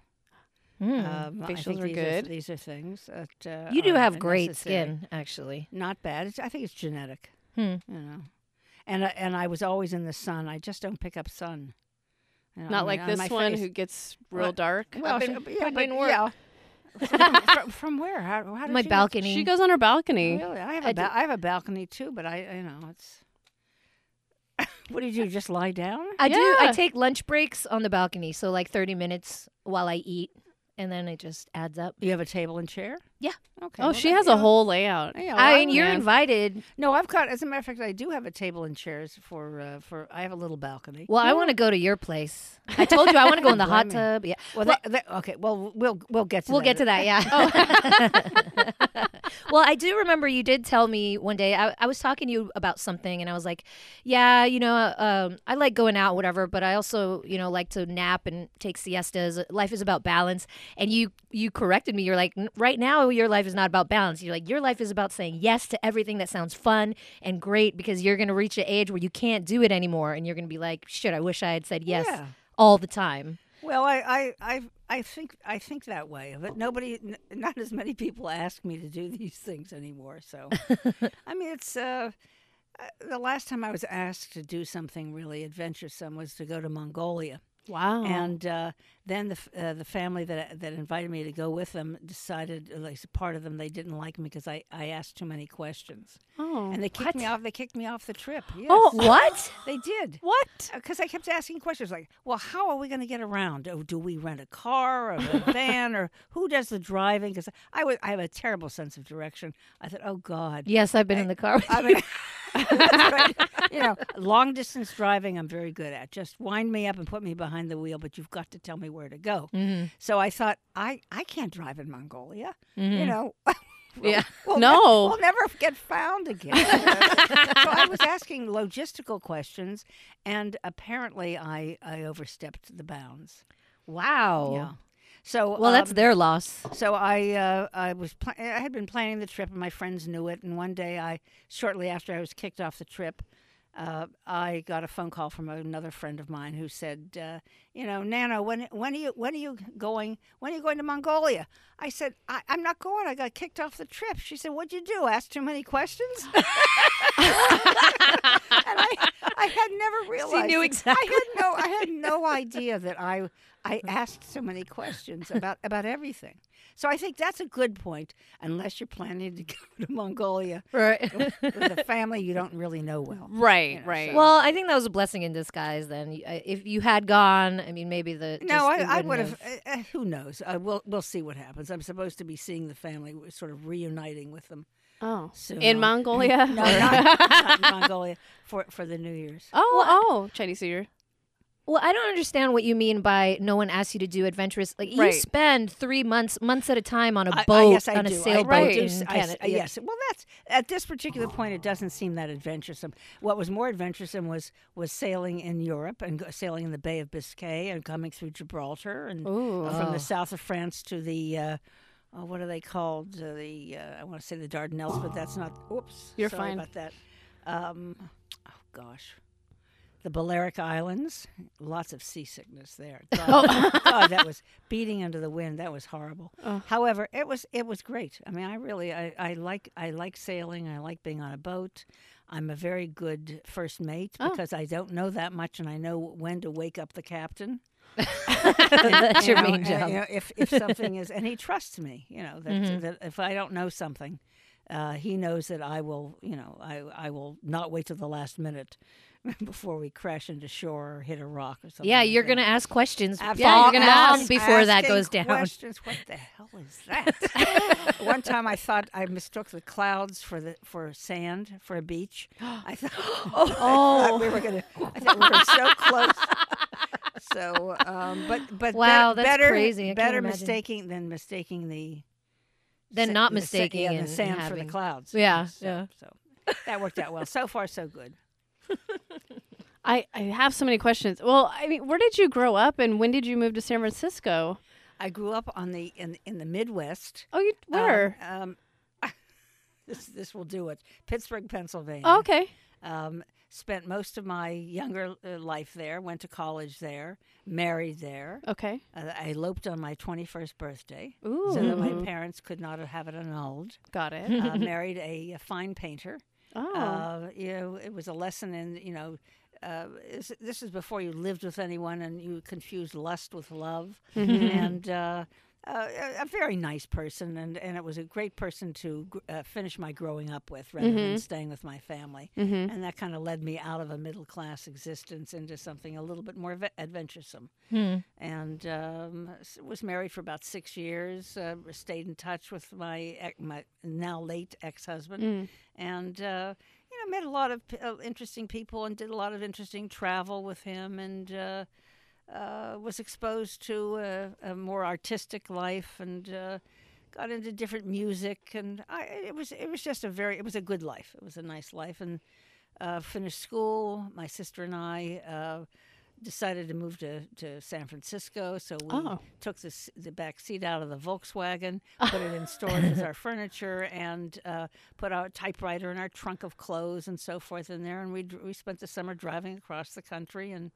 Speaker 2: Mm.
Speaker 3: Um, I
Speaker 1: Facials
Speaker 3: think
Speaker 1: are
Speaker 3: these
Speaker 1: good.
Speaker 3: these are things that uh,
Speaker 2: you do
Speaker 3: are
Speaker 2: have great
Speaker 3: necessary.
Speaker 2: skin, actually.
Speaker 3: Not bad. It's, I think it's genetic.
Speaker 2: Hmm.
Speaker 3: You know, and I and I was always in the sun. I just don't pick up sun. You know, I
Speaker 1: Not
Speaker 3: mean,
Speaker 1: like
Speaker 3: on
Speaker 1: this
Speaker 3: Oh, my
Speaker 1: one
Speaker 3: face-
Speaker 1: who gets real
Speaker 3: What?
Speaker 1: dark. Oh,
Speaker 3: Well,
Speaker 2: I've been
Speaker 3: sure, but yeah,
Speaker 2: putting
Speaker 3: but
Speaker 2: in work.
Speaker 3: yeah. from, from, from where? How, how did
Speaker 2: My
Speaker 3: you get-
Speaker 2: balcony.
Speaker 1: She goes on her balcony. Oh,
Speaker 3: Really, I have
Speaker 2: I
Speaker 3: a ba-
Speaker 2: did-
Speaker 3: I have a balcony too, but I you know it's. what do you do? Just lie down?
Speaker 2: I do. I
Speaker 1: Yeah.
Speaker 2: take lunch breaks on the balcony, so like 30 minutes while I eat, and then it just adds up.
Speaker 3: You have a table and chair?
Speaker 2: Yeah.
Speaker 3: Okay.
Speaker 1: Oh,
Speaker 3: well,
Speaker 1: she
Speaker 3: that-
Speaker 1: has
Speaker 3: you
Speaker 1: a
Speaker 3: know-
Speaker 1: whole layout.
Speaker 3: you know,
Speaker 2: I
Speaker 3: I
Speaker 2: mean,
Speaker 3: would-
Speaker 2: you're
Speaker 1: man.
Speaker 2: invited.
Speaker 3: no, I've got. As a matter of fact, I do have a table and chairs for uh, for. I have a little balcony.
Speaker 2: Well, I want to go to your place. I told you I want to go in the hot
Speaker 3: Blimey.
Speaker 2: tub. Yeah,
Speaker 3: Well, that, that, okay. Well, we'll we'll get to Oh.
Speaker 2: we'll
Speaker 3: that.
Speaker 2: get to that. Yeah. well, I do remember you did tell me one day. I, I was talking to you about something, and I was like, "Yeah, you know, um, I like going out, whatever, but I also, you know, like to nap and take siestas. Life is about balance." And you you corrected me. You're like, "N- "Right now, your life is not about balance. You're like, your life is about saying yes to everything that sounds fun and great because you're gonna reach an age where you can't do it anymore, and you're gonna be like, shit, I wish I had said yes
Speaker 3: Yeah.
Speaker 2: all the time.'"
Speaker 3: Well, I I I I think I think that way, but nobody, n- not as many people ask me to do these things anymore. So, I mean, it's uh, uh, the last time I was asked to do something really adventuresome was to go to Mongolia,
Speaker 1: Wow.
Speaker 3: and uh, then the f- uh, the family that that invited me to go with them decided, at least part of them, they didn't like me because I I asked too many questions,
Speaker 1: oh.
Speaker 3: and they kicked me off. They kicked me off the trip. Yes.
Speaker 2: Oh, what?
Speaker 3: they did
Speaker 1: what?
Speaker 3: because uh, I kept asking questions like, "Well, how are we going to get around? Oh, do we rent a car or a van, or who does the driving?" Because I was, I have a terrible sense of direction. I thought, "Oh God."
Speaker 2: Yes, I've been in the car with
Speaker 3: I mean, that's right. you know, long distance driving I'm very good at. Just wind me up and put me behind the wheel, but you've got to tell me where to go.
Speaker 2: Mm-hmm.
Speaker 3: So I thought, I, I can't drive in Mongolia. You know,
Speaker 2: Mm-hmm. Yeah.
Speaker 3: we'll
Speaker 1: No.
Speaker 3: never- we'll never get found again. so I was asking logistical questions, and apparently I, I overstepped the bounds.
Speaker 2: Wow.
Speaker 3: So
Speaker 2: Well, that's
Speaker 3: um,
Speaker 2: their loss.
Speaker 3: so I uh, I was pla- I had been planning the trip and my friends knew it and one day I shortly after I was kicked off the trip uh, I got a phone call from another friend of mine who said uh, you know Nano when when are you when are you going when are you going to Mongolia I said I, I'm not going I got kicked off the trip she said what'd you do ask too many questions and I, I had never realized
Speaker 2: knew exactly.
Speaker 3: I had no I had no idea that I I asked so many questions about about everything. So I think that's a good point, unless you're planning to go to Mongolia
Speaker 2: Right.
Speaker 3: with a family you don't really know well.
Speaker 1: Right,
Speaker 3: know,
Speaker 1: right.
Speaker 3: so-
Speaker 2: well, I think that was a blessing in disguise. Then, Y- I- if you had gone, I mean, maybe the just-
Speaker 3: No,
Speaker 2: it
Speaker 3: I, I
Speaker 2: wouldn't
Speaker 3: would have. Uh, uh, who knows? Uh, we'll we'll see what happens. I'm supposed to be seeing the family, we're sort of reuniting with them
Speaker 1: oh.
Speaker 3: soon.
Speaker 1: In Mongolia?
Speaker 3: No, not, not in Mongolia for for the New Year's.
Speaker 1: Oh, oh, Chinese New Year.
Speaker 2: Well, I don't understand what you mean by no one asked you to do adventurous. Like you
Speaker 1: Right. spend
Speaker 2: spend three months, months at a time on a
Speaker 3: I- I-
Speaker 2: boat,
Speaker 3: yes, I
Speaker 2: on a
Speaker 3: do. I-
Speaker 2: sailboat
Speaker 3: I,
Speaker 1: Right.
Speaker 3: do
Speaker 2: in
Speaker 3: s- I s-
Speaker 2: Canada.
Speaker 3: uh, yes. Well, that's at this particular point, it doesn't seem that adventuresome. What was more adventuresome was was sailing in Europe and go- sailing in the Bay of Biscay and coming through Gibraltar and
Speaker 1: Ooh.
Speaker 3: from
Speaker 2: Oh.
Speaker 3: the south of France to the. Uh, oh, what are they called? Uh, the uh, I want to say the Dardanelles, but that's not. Oops,
Speaker 1: You're
Speaker 3: sorry
Speaker 1: fine.
Speaker 3: about that. Um, oh gosh, the Balearic Islands. Lots of seasickness there. God,
Speaker 2: Oh.
Speaker 3: God, that was beating under the wind. That was horrible.
Speaker 1: Oh.
Speaker 3: However, it was it was great. I mean, I really I, I like I like sailing. I like being on a boat. I'm a very good first mate
Speaker 1: Oh.
Speaker 3: because I don't know that much, and I know when to wake up the captain.
Speaker 2: That's
Speaker 3: You
Speaker 2: your
Speaker 3: know,
Speaker 2: main
Speaker 3: and,
Speaker 2: job.
Speaker 3: you know, if if something is, and he trusts me, you know, that,
Speaker 2: Mhm.
Speaker 3: that if I don't know something, uh, he knows that I will, you know, I I will not wait till the last minute before we crash into shore or hit a rock or something.
Speaker 2: Yeah,
Speaker 3: like
Speaker 2: you're
Speaker 3: that.
Speaker 2: gonna ask questions.
Speaker 3: Absolutely.
Speaker 1: Yeah, you're
Speaker 2: long,
Speaker 1: gonna
Speaker 2: long
Speaker 1: ask-
Speaker 2: before that
Speaker 3: Asking
Speaker 2: goes down. Hmm.
Speaker 3: Questions. What the hell is that? One time I thought I mistook the clouds for the for sand for a beach. I thought, oh, I thought we were gonna. I thought we were so close. So, um, but but
Speaker 2: Wow,
Speaker 3: bet-
Speaker 2: that's
Speaker 3: better,
Speaker 2: crazy. I can't
Speaker 3: better
Speaker 2: imagine.
Speaker 3: mistaking than mistaking the
Speaker 2: Then
Speaker 3: sa-
Speaker 2: not
Speaker 3: the sa- yeah,
Speaker 2: mistaking
Speaker 3: the
Speaker 2: and- and
Speaker 3: sand for
Speaker 2: having-
Speaker 3: the clouds.
Speaker 2: Yeah,
Speaker 3: So-
Speaker 2: yeah.
Speaker 3: So that worked out well. So far, so good.
Speaker 1: I, I have so many questions. Well, I mean, where did you grow up and when did you move to San Francisco?
Speaker 3: I grew up on the in in the Midwest.
Speaker 1: Oh, you
Speaker 3: Um,
Speaker 1: where?
Speaker 3: Um, this this will do it. Pittsburgh, Pennsylvania.
Speaker 1: oh, okay.
Speaker 3: Um, spent most of my younger uh, life there. Went to college there. Married there.
Speaker 1: Okay.
Speaker 3: Uh, I eloped on my 21st birthday,
Speaker 1: Ooh.
Speaker 3: so that my parents could not have it annulled.
Speaker 1: Got it.
Speaker 3: Uh, married a, a fine painter.
Speaker 1: Oh.
Speaker 3: Uh, you know, it was a lesson in you know. Uh, this, this is before you lived with anyone and you confused lust with love. And uh, uh, a- a very nice person, and, and it was a great person to gr- uh, finish my growing up with rather than staying with my family. And that kind of led me out of a middle class existence into something a little bit more ve- adventuresome. And um, s- was married for about six years, uh, stayed in touch with my, ex- my now late ex husband
Speaker 1: Mm.
Speaker 3: and uh, you know met a lot of p- uh, interesting people and did a lot of interesting travel with him and uh, uh, was exposed to uh, a more artistic life and uh, got into different music and I, it was it was just a very it was a good life it was a nice life and uh, finished school my sister and I. Uh, Decided to move to, to San Francisco, so we
Speaker 1: Oh.
Speaker 3: took the, s- the back seat out of the Volkswagen, put it in storage as our furniture, and uh, put our typewriter and our trunk of clothes and so forth in there. And we dr- we spent the summer driving across the country and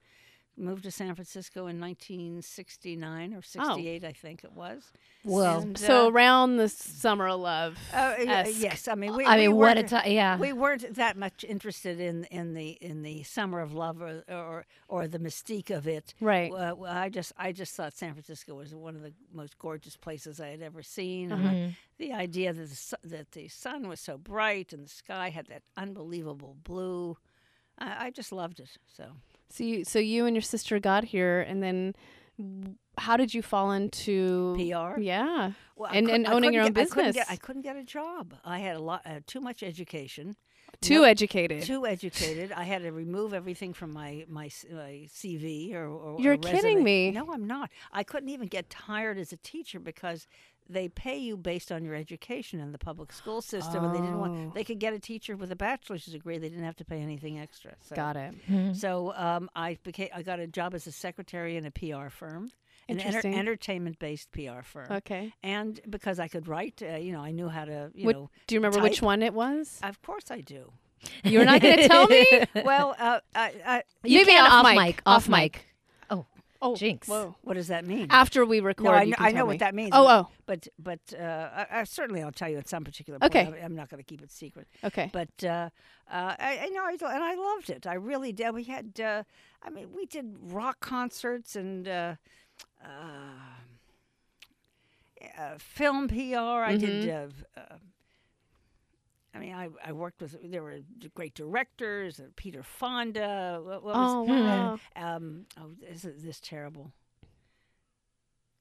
Speaker 3: moved to San Francisco in 1969 or 68, I think it was.
Speaker 2: Oh. Well,
Speaker 3: And,
Speaker 1: so
Speaker 3: uh,
Speaker 1: around the summer of love.
Speaker 3: uh, y-
Speaker 1: esque.
Speaker 3: yes, I mean we.
Speaker 2: I
Speaker 3: we
Speaker 2: mean, what a
Speaker 3: weren't-
Speaker 2: time. Yeah.
Speaker 3: We weren't that much interested in, in the in the summer of love or or, or the mystique of it.
Speaker 1: Right.
Speaker 3: Uh, well, I just I just thought San Francisco was one of the most gorgeous places I had ever seen.
Speaker 2: Hmm.
Speaker 3: and
Speaker 2: Mm-hmm.
Speaker 3: I- the idea that the, su- that the sun was so bright and the sky had that unbelievable blue, I, I just loved it. So
Speaker 1: So you, so you and your sister got here, and then w- how did you fall into
Speaker 3: PR?
Speaker 1: Yeah.
Speaker 3: well, I
Speaker 1: and
Speaker 3: cou-
Speaker 1: and
Speaker 3: I
Speaker 1: owning your own
Speaker 3: couldn't get- I couldn't,
Speaker 1: business.
Speaker 3: get, I couldn't get a job. I had a lot uh, too much education,
Speaker 1: Too educated.
Speaker 3: too educated. I had to remove everything from my my, s- my CV or, or
Speaker 1: You're
Speaker 3: or
Speaker 1: kidding
Speaker 3: resume.
Speaker 1: me.
Speaker 3: No, I'm not. I couldn't even get hired as a teacher because they pay you based on your education in the public school system, and they didn't
Speaker 1: Oh.
Speaker 3: want. They could get a teacher with a bachelor's degree. They didn't have to pay anything extra. So.
Speaker 1: got it.
Speaker 2: Hmm.
Speaker 3: So um, I became I got a job as a secretary in a PR firm, an enter-
Speaker 1: Interesting.
Speaker 3: entertainment based PR firm.
Speaker 1: Okay.
Speaker 3: And because I could write, uh, you know, I knew how to, you
Speaker 1: What-
Speaker 3: know,
Speaker 1: do you remember which
Speaker 3: type. Uh,
Speaker 1: one it was?
Speaker 3: of course I do.
Speaker 1: You're not going to tell me?
Speaker 3: well, uh, I, I,
Speaker 2: You
Speaker 1: Maybe
Speaker 2: can
Speaker 1: off
Speaker 2: off
Speaker 1: mic.
Speaker 2: mic.
Speaker 1: Off
Speaker 2: Off mic. Oh,
Speaker 1: Oh,
Speaker 2: Jinx.
Speaker 1: Whoa.
Speaker 3: what does that mean?
Speaker 1: After we record,
Speaker 3: no, I,
Speaker 1: you
Speaker 3: kn-
Speaker 1: can
Speaker 3: I
Speaker 1: tell
Speaker 3: know
Speaker 1: me.
Speaker 3: what that means.
Speaker 1: Oh,
Speaker 3: but-
Speaker 1: oh,
Speaker 3: but but uh, I, I certainly I'll tell you at some particular point.
Speaker 1: Okay.
Speaker 3: I- I'm not going to keep it secret.
Speaker 1: okay.
Speaker 3: But uh, uh, I, I know, I, and I loved it. I really did. We had, uh, I mean, we did rock concerts and uh, uh, uh, film PR. I did. Uh, uh, I mean, I, I worked with there were d- great directors, uh, Peter Fonda. What, what
Speaker 1: oh,
Speaker 3: was,
Speaker 1: wow.
Speaker 3: um, oh, this is this terrible.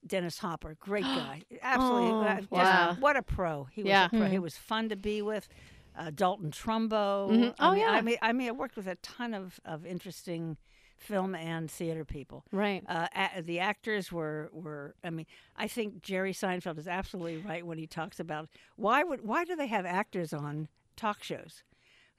Speaker 3: Dennis Hopper, great guy, absolutely.
Speaker 1: Oh,
Speaker 3: uh, just-
Speaker 1: wow.
Speaker 3: What a pro! He was.
Speaker 1: Yeah. Mm-hmm.
Speaker 3: A pro. He was fun to be with. Uh, Dalton Trumbo.
Speaker 1: Mhm.
Speaker 3: I
Speaker 1: Oh,
Speaker 3: mean,
Speaker 1: yeah.
Speaker 3: I mean, I mean, I worked with a ton of of interesting film and theater people.
Speaker 1: Right.
Speaker 3: Uh, a- the actors were, were I mean I think Jerry Seinfeld is absolutely right when he talks about why would why do they have actors on talk shows?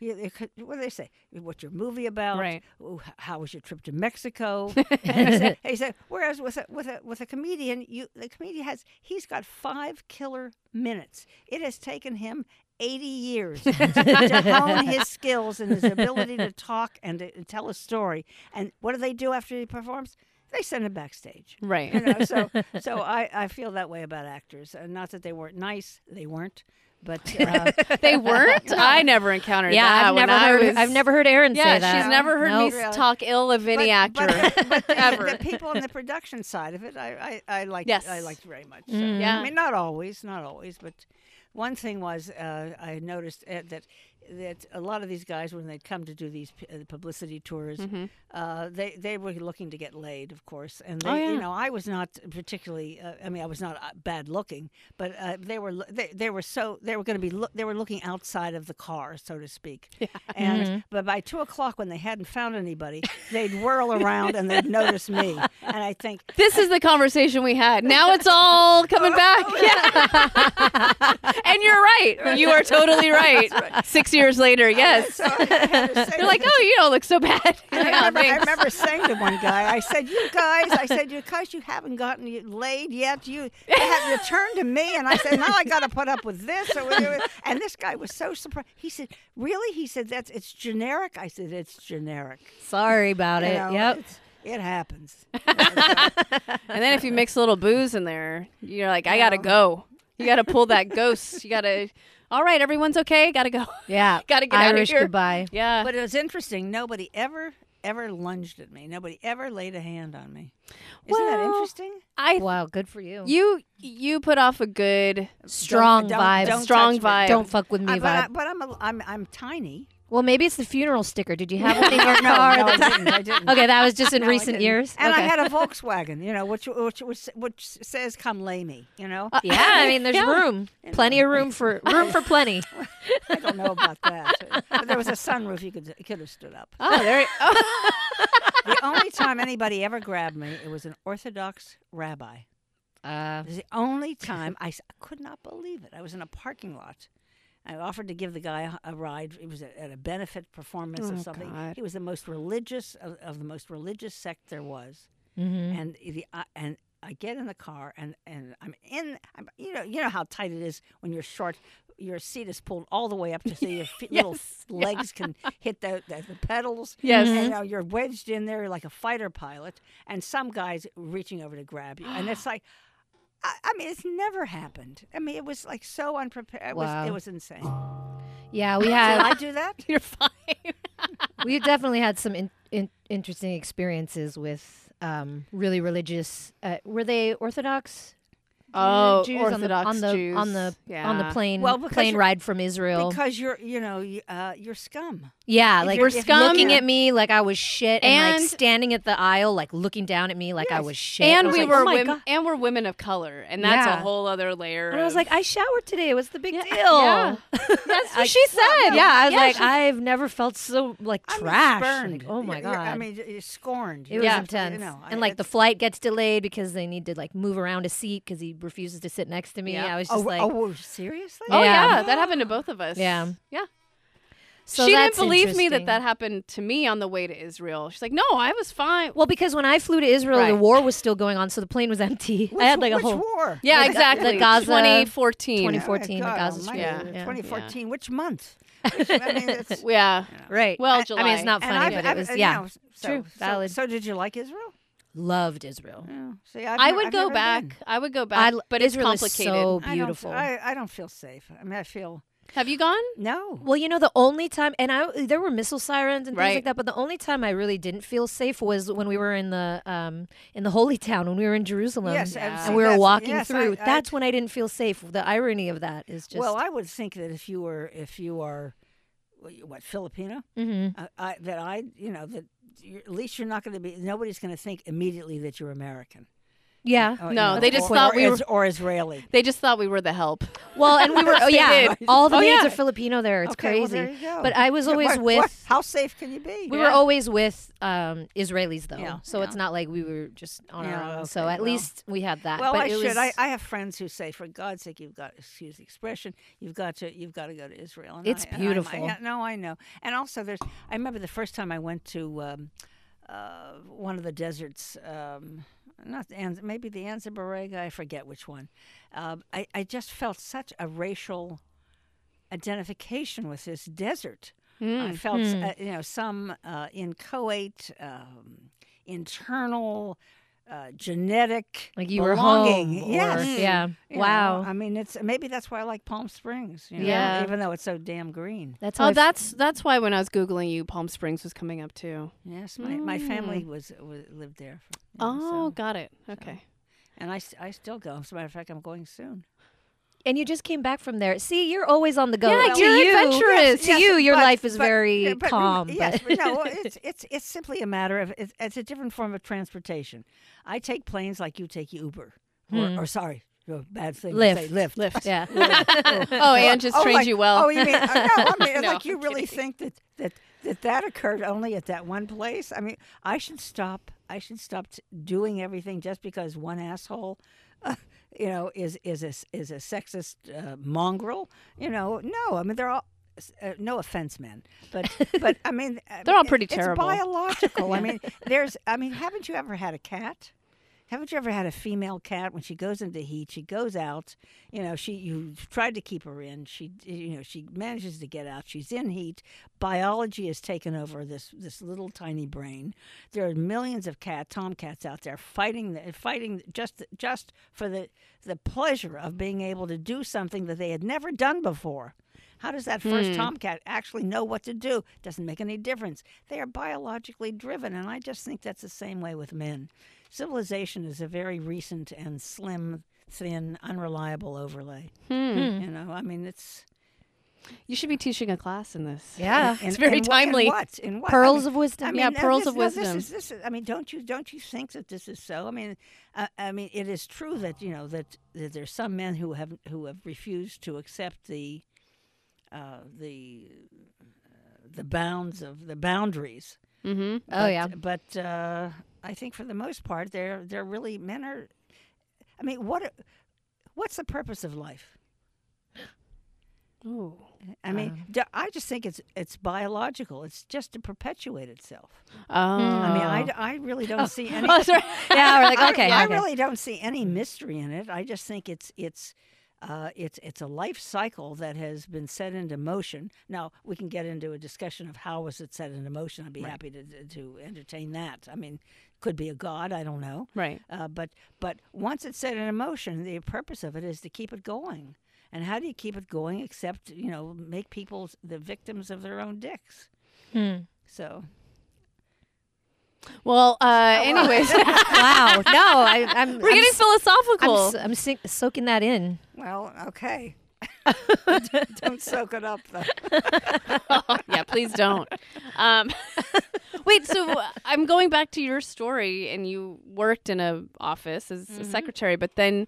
Speaker 3: you, it could- what do they say? What's your movie about?
Speaker 1: Right.
Speaker 3: "Oh, h- How was your trip to Mexico? and he said, he said, whereas with a, with a with a comedian, you the comedian has he's got five killer minutes. It has taken him. 80 years to, to hone his skills and his ability to talk and to and tell a story. And what do they do after he performs? They send him backstage you
Speaker 1: Right.
Speaker 3: know, so so I, I feel that way about actors. Uh, not that they weren't nice, they weren't, but uh,
Speaker 1: they weren't. I never encountered
Speaker 2: yeah,
Speaker 1: that.
Speaker 2: I've
Speaker 1: when
Speaker 2: never
Speaker 1: I
Speaker 2: heard.
Speaker 1: was-
Speaker 2: I've never heard Aaron
Speaker 1: Yeah,
Speaker 2: say that.
Speaker 1: she's never heard
Speaker 2: Nope.
Speaker 1: me
Speaker 3: Really?
Speaker 1: s talk ill of any
Speaker 3: but-
Speaker 1: actor
Speaker 3: but- but the-
Speaker 1: ever.
Speaker 3: The people on the production side of it, I I, I liked
Speaker 1: Yes. Mm-hmm.
Speaker 3: I liked very much. So,
Speaker 2: Mm.
Speaker 1: Yeah.
Speaker 3: I mean, not always, not always, but one thing was uh, I noticed uh, that that a lot of these guys when they'd come to do these p- uh, publicity tours,
Speaker 1: Mm-hmm.
Speaker 3: uh, they they were looking to get laid, of course, and they,
Speaker 1: Oh, yeah.
Speaker 3: you know I was not particularly. Uh, I mean, I was not uh, bad looking, but uh, they were lo- they, they were so they were going to be loo- they were looking outside of the car, so to speak. And
Speaker 1: Mm-hmm.
Speaker 3: but by two o'clock when they hadn't found anybody, they'd whirl around and they'd notice me, and I think
Speaker 1: This is the conversation we had. Now it's all coming back.
Speaker 3: Oh,
Speaker 1: Yeah. and you're right. You are totally right. Six years
Speaker 3: Oh,
Speaker 1: later, yes.
Speaker 3: so. I had to say
Speaker 1: You're like, oh, you don't look so bad.
Speaker 3: And
Speaker 1: Yeah,
Speaker 3: I, remember, I
Speaker 1: Oh, thanks.
Speaker 3: remember saying to one guy, I said, "You guys," I said, "you guys, you haven't gotten y- laid yet. You they have returned to me." And I said, "Now I got to put up with this." Or whatever. And this guy was so surprised. He said, "Really?" He said, "That's it's generic." I said, "It's generic."
Speaker 2: Sorry about
Speaker 3: You
Speaker 2: it.
Speaker 3: know,
Speaker 2: yep.
Speaker 3: it's- It happens.
Speaker 1: And then if you mix a little booze in there, you're like, I gotta go. You gotta pull that ghost. You gotta. All right, everyone's okay. Gotta go.
Speaker 2: Yeah.
Speaker 1: Gotta get
Speaker 2: Irish
Speaker 1: out of here.
Speaker 2: goodbye.
Speaker 1: Yeah.
Speaker 3: But it was interesting. Nobody ever ever lunged at me. Nobody ever laid a hand on me. Isn't that
Speaker 1: Well,
Speaker 3: interesting?
Speaker 1: I
Speaker 2: Wow, good for you.
Speaker 1: you you put off a good.
Speaker 2: strong
Speaker 3: Don't-
Speaker 2: vibes.
Speaker 3: don't
Speaker 1: Strong
Speaker 3: touch me.
Speaker 1: vibe.
Speaker 2: Don't fuck with me
Speaker 3: Uh, but I,
Speaker 2: vibe.
Speaker 3: but I'm, a, I'm I'm tiny.
Speaker 2: Well, maybe it's the funeral sticker. Did you have one in
Speaker 3: No,
Speaker 2: your
Speaker 3: no,
Speaker 2: car?
Speaker 3: I
Speaker 2: at the
Speaker 3: didn't. I didn't.
Speaker 2: time? Okay, that was just in
Speaker 3: No, I
Speaker 2: recent
Speaker 3: didn't.
Speaker 2: years.
Speaker 3: And
Speaker 2: okay.
Speaker 3: I had a Volkswagen, you know, which which which, which says "Come lay me," you know.
Speaker 2: Uh, yeah, I mean, there's
Speaker 1: Yeah.
Speaker 2: room, plenty of room for room for plenty.
Speaker 3: I don't know about that. but there was a sunroof; you could you could have stood up.
Speaker 1: Oh, there. Oh,
Speaker 3: The only time anybody ever grabbed me, it was an Orthodox rabbi.
Speaker 2: Uh,
Speaker 3: It was the only time I, s- I could not believe it. I was in a parking lot. I offered to give the guy a- a ride. It was a- at a benefit performance
Speaker 1: Oh,
Speaker 3: or something.
Speaker 1: God.
Speaker 3: He was the most religious of, of the most religious sect there was.
Speaker 1: Mm-hmm.
Speaker 2: mhm.
Speaker 3: and the I and I get in the car and and I'm in I'm, you know you know how tight it is when you're short your seat is pulled all the way up to so your feet, little
Speaker 1: Yes.
Speaker 3: legs can hit the, the, the pedals
Speaker 1: Yes. Mm-hmm.
Speaker 3: and you know, you're wedged in there like a fighter pilot and some guys reaching over to grab you and it's like I, I mean it's never happened I mean it was like so unprepared it, was,
Speaker 2: Wow.
Speaker 3: it was insane
Speaker 2: Yeah, we
Speaker 3: did
Speaker 2: had
Speaker 3: I do that
Speaker 1: you're fine.
Speaker 2: we definitely had some in, in, interesting experiences with um, really religious. Uh, were they Orthodox?
Speaker 1: Oh,
Speaker 2: Jews
Speaker 1: Orthodox
Speaker 2: on the on the
Speaker 1: Jews.
Speaker 2: on the, on the
Speaker 1: Yeah.
Speaker 2: plane
Speaker 3: Well, because
Speaker 2: plane
Speaker 3: you're-
Speaker 2: ride from Israel.
Speaker 3: because you're you know you- uh, you're scum
Speaker 2: yeah,
Speaker 3: if
Speaker 2: like
Speaker 3: you're-
Speaker 2: were
Speaker 3: if you're-
Speaker 2: looking
Speaker 1: Yeah.
Speaker 2: at me like I was shit, and,
Speaker 1: And-
Speaker 2: like standing at the aisle, like looking down at me like I
Speaker 3: Yes.
Speaker 2: was shit.
Speaker 1: And
Speaker 2: I was
Speaker 1: we
Speaker 2: like,
Speaker 1: were
Speaker 2: oh my
Speaker 1: women,
Speaker 2: God.
Speaker 1: and we're women of color, and that's a
Speaker 2: Yeah.
Speaker 1: whole other layer.
Speaker 2: And I was
Speaker 1: of-
Speaker 2: like, I showered today. What's the big deal?
Speaker 1: yeah. that's what she said.
Speaker 2: yeah, I was
Speaker 1: Yeah,
Speaker 2: like,
Speaker 1: she-
Speaker 2: I've never felt so like
Speaker 3: I mean,
Speaker 2: trash.
Speaker 3: spurned.
Speaker 2: Like, oh my
Speaker 3: You're- you're-
Speaker 2: god.
Speaker 3: I mean you're scorned
Speaker 2: It was
Speaker 1: Yeah.
Speaker 2: intense.
Speaker 3: No, I-
Speaker 2: and like the
Speaker 3: it's-
Speaker 2: flight gets delayed because they need to like move around a seat because he refuses to sit next to me.
Speaker 1: Yeah.
Speaker 2: I was just
Speaker 3: oh,
Speaker 2: like,
Speaker 3: oh, whoa, seriously?
Speaker 1: oh yeah.
Speaker 2: Yeah.
Speaker 1: that happened to both of us.
Speaker 2: Yeah.
Speaker 1: yeah.
Speaker 2: so
Speaker 1: she didn't
Speaker 2: that's
Speaker 1: believe me that
Speaker 2: interesting.
Speaker 1: that happened to me on the way to Israel. She's like, no, I was fine.
Speaker 2: Well, because when I flew to Israel, the
Speaker 1: Right.
Speaker 2: war was still going on, so the plane was empty. I had like a
Speaker 3: which
Speaker 2: whole
Speaker 3: war?
Speaker 1: Yeah,
Speaker 2: the- the
Speaker 1: exactly.
Speaker 2: Gaza-
Speaker 1: 2014.
Speaker 2: 24 2014, the Gaza Strip.
Speaker 1: Yeah.
Speaker 2: Yeah.
Speaker 3: Twenty fourteen. Which month? Which, I mean, it's,
Speaker 1: Yeah.
Speaker 2: right.
Speaker 1: Well,
Speaker 2: I- I mean,
Speaker 1: July.
Speaker 2: it's not
Speaker 3: and
Speaker 2: funny,
Speaker 3: I've-
Speaker 2: but
Speaker 3: I've- uh,
Speaker 2: it was
Speaker 3: you
Speaker 2: yeah.
Speaker 3: know, so,
Speaker 2: True,
Speaker 3: so-
Speaker 2: valid.
Speaker 3: So, did you like Israel?
Speaker 2: Loved Israel.
Speaker 3: Yeah. See, I've
Speaker 1: I
Speaker 3: never-
Speaker 1: would
Speaker 3: I've
Speaker 1: go
Speaker 3: never
Speaker 1: back.
Speaker 3: been.
Speaker 1: I would go
Speaker 2: I
Speaker 1: back,
Speaker 2: l-
Speaker 1: but
Speaker 2: Israel
Speaker 1: it's complicated.
Speaker 2: Is so
Speaker 3: I don't-
Speaker 2: beautiful.
Speaker 3: I, I don't feel safe. I mean, I feel
Speaker 1: Have you gone?
Speaker 3: no.
Speaker 2: Well, you know, the only time, and I there were missile sirens and things
Speaker 1: Right.
Speaker 2: like that, but the only time I really didn't feel safe was when we were in the um in the Holy Town when we were in Jerusalem.
Speaker 3: Yes,
Speaker 1: Yeah.
Speaker 3: I've
Speaker 1: And
Speaker 2: And
Speaker 3: seen
Speaker 2: we were
Speaker 3: that.
Speaker 2: walking
Speaker 3: Yes, I-
Speaker 2: through.
Speaker 3: I-
Speaker 2: That's when I didn't feel safe. The irony of that is just
Speaker 3: well, I would think that if you were, if you are, what Filipino,
Speaker 2: Mhm.
Speaker 3: I, I, that I, you know, that you're, at least you're not going to be. Nobody's going to think immediately that you're American.
Speaker 2: Yeah.
Speaker 3: Oh,
Speaker 1: No, they just
Speaker 3: or,
Speaker 1: thought
Speaker 3: or
Speaker 1: we were-
Speaker 3: is- or Israeli.
Speaker 1: They just thought we were the help.
Speaker 2: Well, and we were. Oh
Speaker 1: They
Speaker 2: yeah,
Speaker 1: did.
Speaker 2: all the
Speaker 1: Oh,
Speaker 2: maids
Speaker 1: yeah.
Speaker 2: are Filipino there. It's
Speaker 3: Okay, well,
Speaker 2: crazy.
Speaker 3: there you go.
Speaker 2: But I was
Speaker 3: Yeah,
Speaker 2: always
Speaker 3: what-
Speaker 2: with.
Speaker 3: what- how safe can you be?
Speaker 2: We
Speaker 1: Yeah.
Speaker 2: were always with um, Israelis though,
Speaker 3: Yeah,
Speaker 2: so it's
Speaker 1: yeah.
Speaker 2: not like we were just on our
Speaker 3: Yeah,
Speaker 2: own.
Speaker 3: okay,
Speaker 2: So at
Speaker 3: well.
Speaker 2: least we had that.
Speaker 3: well,
Speaker 2: but
Speaker 3: I
Speaker 2: it
Speaker 3: should.
Speaker 2: was,
Speaker 3: I, I have friends who say, "For God's sake, you've got excuse the expression, you've got to you've got to go to Israel." And
Speaker 2: It's
Speaker 3: I- and I'm- I-
Speaker 2: beautiful.
Speaker 3: yeah, no, I know. And also, there's. I remember the first time I went to um, uh, one of the deserts. Um, not the Anz- maybe the Anzabarega, I forget which one. Um, I, I just felt such a racial identification with this desert.
Speaker 2: Mm,
Speaker 3: I felt, s-
Speaker 2: hmm.
Speaker 3: uh, you know, some uh, inchoate, um, internal, uh, genetic
Speaker 2: like you
Speaker 3: belonging.
Speaker 2: were home.
Speaker 3: yes.
Speaker 2: Or, yeah.
Speaker 3: You know,
Speaker 2: wow.
Speaker 3: I mean, it's maybe that's why I like Palm Springs. You know,
Speaker 2: Yeah.
Speaker 3: Even though it's so damn green.
Speaker 2: that's how I
Speaker 1: Oh,
Speaker 2: f-
Speaker 1: that's that's why when I was googling you, Palm Springs was coming up too.
Speaker 3: Yes, my, my
Speaker 2: Mm.
Speaker 3: family was, was lived there. For, you know,
Speaker 1: Oh,
Speaker 3: so-
Speaker 1: got it. Okay.
Speaker 3: and I, s- I still go. As a matter of fact, I'm going soon.
Speaker 2: And you just came back from there. See, you're always on the go.
Speaker 1: Yeah,
Speaker 2: to
Speaker 1: you're
Speaker 2: you,
Speaker 1: adventurous.
Speaker 2: To you, your
Speaker 3: but-
Speaker 2: life is
Speaker 3: but-
Speaker 2: very
Speaker 3: yeah, but- mm,
Speaker 2: calm.
Speaker 3: Yes,
Speaker 2: but-
Speaker 3: no, well, it's it's it's simply a matter of it's, it's a different form of transportation. I take planes like you take Uber, or, or sorry, oh, bad thing
Speaker 2: Hmm. Lyft.
Speaker 3: to say, Lyft.
Speaker 1: Lift.
Speaker 2: yeah.
Speaker 1: Oh, Anne just
Speaker 3: Oh,
Speaker 1: trained
Speaker 3: like-
Speaker 1: you well.
Speaker 3: Oh, you mean? oh, no, I mean, it's
Speaker 1: No,
Speaker 3: like you
Speaker 1: I'm
Speaker 3: really
Speaker 1: kidding.
Speaker 3: think that that that that occurred only at that one place? I mean, I should stop. I should stop t- doing everything just because one asshole. Uh, you know, is is a s- is a sexist uh, mongrel? You know, no. I mean, they're all s- uh, no offense, men, but but I mean, uh, I
Speaker 1: They're all
Speaker 3: mean,
Speaker 1: pretty
Speaker 3: it's
Speaker 1: terrible.
Speaker 3: biological. I mean, there's. I mean, haven't you ever had a cat? Haven't you ever had a female cat? When she goes into heat, she goes out. You know, she you tried to keep her in. She you know she manages to get out. She's in heat. Biology has taken over this this little tiny brain. There are millions of cat tomcats out there fighting the, fighting just just for the the pleasure of being able to do something that they had never done before. How does that first
Speaker 1: Hmm.
Speaker 3: tomcat actually know what to do? Doesn't make any difference. They are biologically driven, and I just think that's the same way with men. Civilization is a very recent and slim, thin, unreliable overlay.
Speaker 1: Hmm.
Speaker 3: You know, I mean, it's
Speaker 1: You should be teaching a class in this.
Speaker 2: Yeah.
Speaker 1: Ah, It's very
Speaker 3: wha-
Speaker 1: timely.
Speaker 3: In what? In what? I
Speaker 2: Pearls
Speaker 3: mean-
Speaker 2: of wisdom.
Speaker 3: I mean,
Speaker 1: Yeah,
Speaker 3: now
Speaker 1: pearls
Speaker 3: this-
Speaker 1: of
Speaker 3: now this
Speaker 1: wisdom.
Speaker 3: is- this is- I mean, don't you don't you think that this is so? I mean, uh, I mean, it is true that you know that, that there's some men who have who have refused to accept the uh, the uh, the bounds of the boundaries.
Speaker 1: Mm-hmm.
Speaker 2: Oh
Speaker 3: But-
Speaker 2: yeah.
Speaker 3: But uh, I think for the most part, they're they're really men are. I mean, what what's the purpose of life?
Speaker 1: Ooh.
Speaker 3: I
Speaker 1: Uh.
Speaker 3: mean, d I I just think it's it's biological. It's just to perpetuate itself.
Speaker 1: Oh.
Speaker 3: I mean, I, d- I really don't see any.
Speaker 1: Oh, sorry.
Speaker 2: Yeah, we're like
Speaker 3: I-
Speaker 2: okay.
Speaker 3: I
Speaker 2: okay.
Speaker 3: really don't see any mystery in it. I just think it's it's uh, it's it's a life cycle that has been set into motion. Now we can get into a discussion of how was it set into motion. I'd be happy to to entertain that. I mean, could be a god. I don't know.
Speaker 1: Right.
Speaker 3: Uh, but but once it's set into motion, the purpose of it is to keep it going. And how do you keep it going except you know make people s- the victims of their own dicks?
Speaker 2: Hmm.
Speaker 3: So
Speaker 1: Well, uh, anyways,
Speaker 2: wow. No, I, I'm.
Speaker 1: we're
Speaker 2: I'm
Speaker 1: getting
Speaker 2: s- I'm,
Speaker 1: philosophical.
Speaker 2: s- I'm sink- soaking that in.
Speaker 3: well, okay. don't soak it up though.
Speaker 1: yeah, please don't. Um, wait, so uh, I'm going back to your story, and you worked in a office as a secretary, but then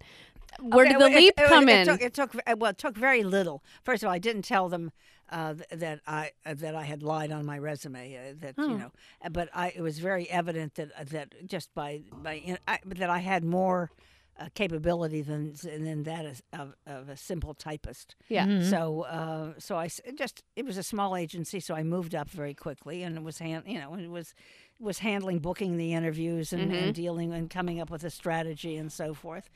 Speaker 1: where
Speaker 3: Okay,
Speaker 1: did the
Speaker 3: well, it-
Speaker 1: leap
Speaker 3: it-
Speaker 1: come
Speaker 3: it
Speaker 1: in?
Speaker 3: Took, it took uh, well, it took very little. First of all, I didn't tell them uh, th- that I uh, that I had lied on my resume. Uh, that
Speaker 1: Hmm.
Speaker 3: you know, uh, but I, it was very evident that uh, that just by by in, I, that I had more. Uh, capability than than that is of, of a simple typist.
Speaker 1: Yeah.
Speaker 3: So uh, so I s- it just it was a small agency, so I moved up very quickly and was hand you know it was was handling booking the interviews and, and dealing and coming up with a strategy and so forth.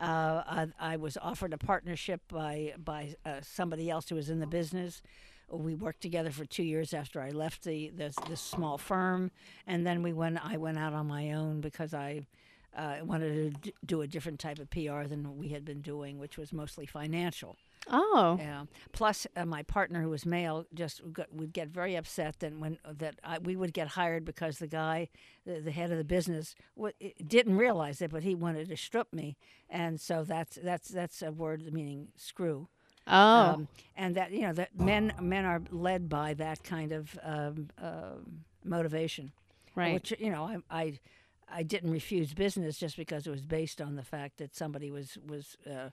Speaker 3: Uh, I, I was offered a partnership by by uh, somebody else who was in the business. We worked together for two years after I left the this, this small firm, and then we went. I went out on my own because I uh, wanted to d- do a different type of PR than we had been doing, which was mostly financial.
Speaker 1: oh,
Speaker 3: Yeah. Plus, uh, my partner who was male just got, would get very upset that when that I, we would get hired because the guy, the, the head of the business, w- didn't realize it, but he wanted to strip me, and so that's that's that's a word meaning screw.
Speaker 1: oh,
Speaker 3: Um, and that you know that men men are led by that kind of um, um motivation
Speaker 1: right.
Speaker 3: which you know I, I I didn't refuse business just because it was based on the fact that somebody was was uh,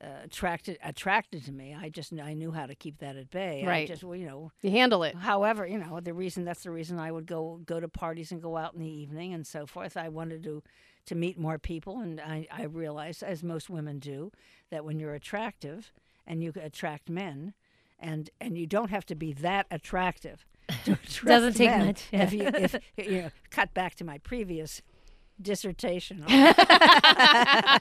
Speaker 3: uh, attracted attracted to me. I just I knew how to keep that at bay. I
Speaker 1: Right.
Speaker 3: just well, you know.
Speaker 1: You handle it.
Speaker 3: However, you know the reason that's the reason I would go go to parties and go out in the evening and so forth. I wanted to to meet more people, and I I realized as most women do that when you're attractive and you attract men. And, and you don't have to be that attractive. To attract
Speaker 2: Doesn't take
Speaker 3: men.
Speaker 2: much, yeah.
Speaker 3: If you, if, you know, cut back to my previous dissertation on on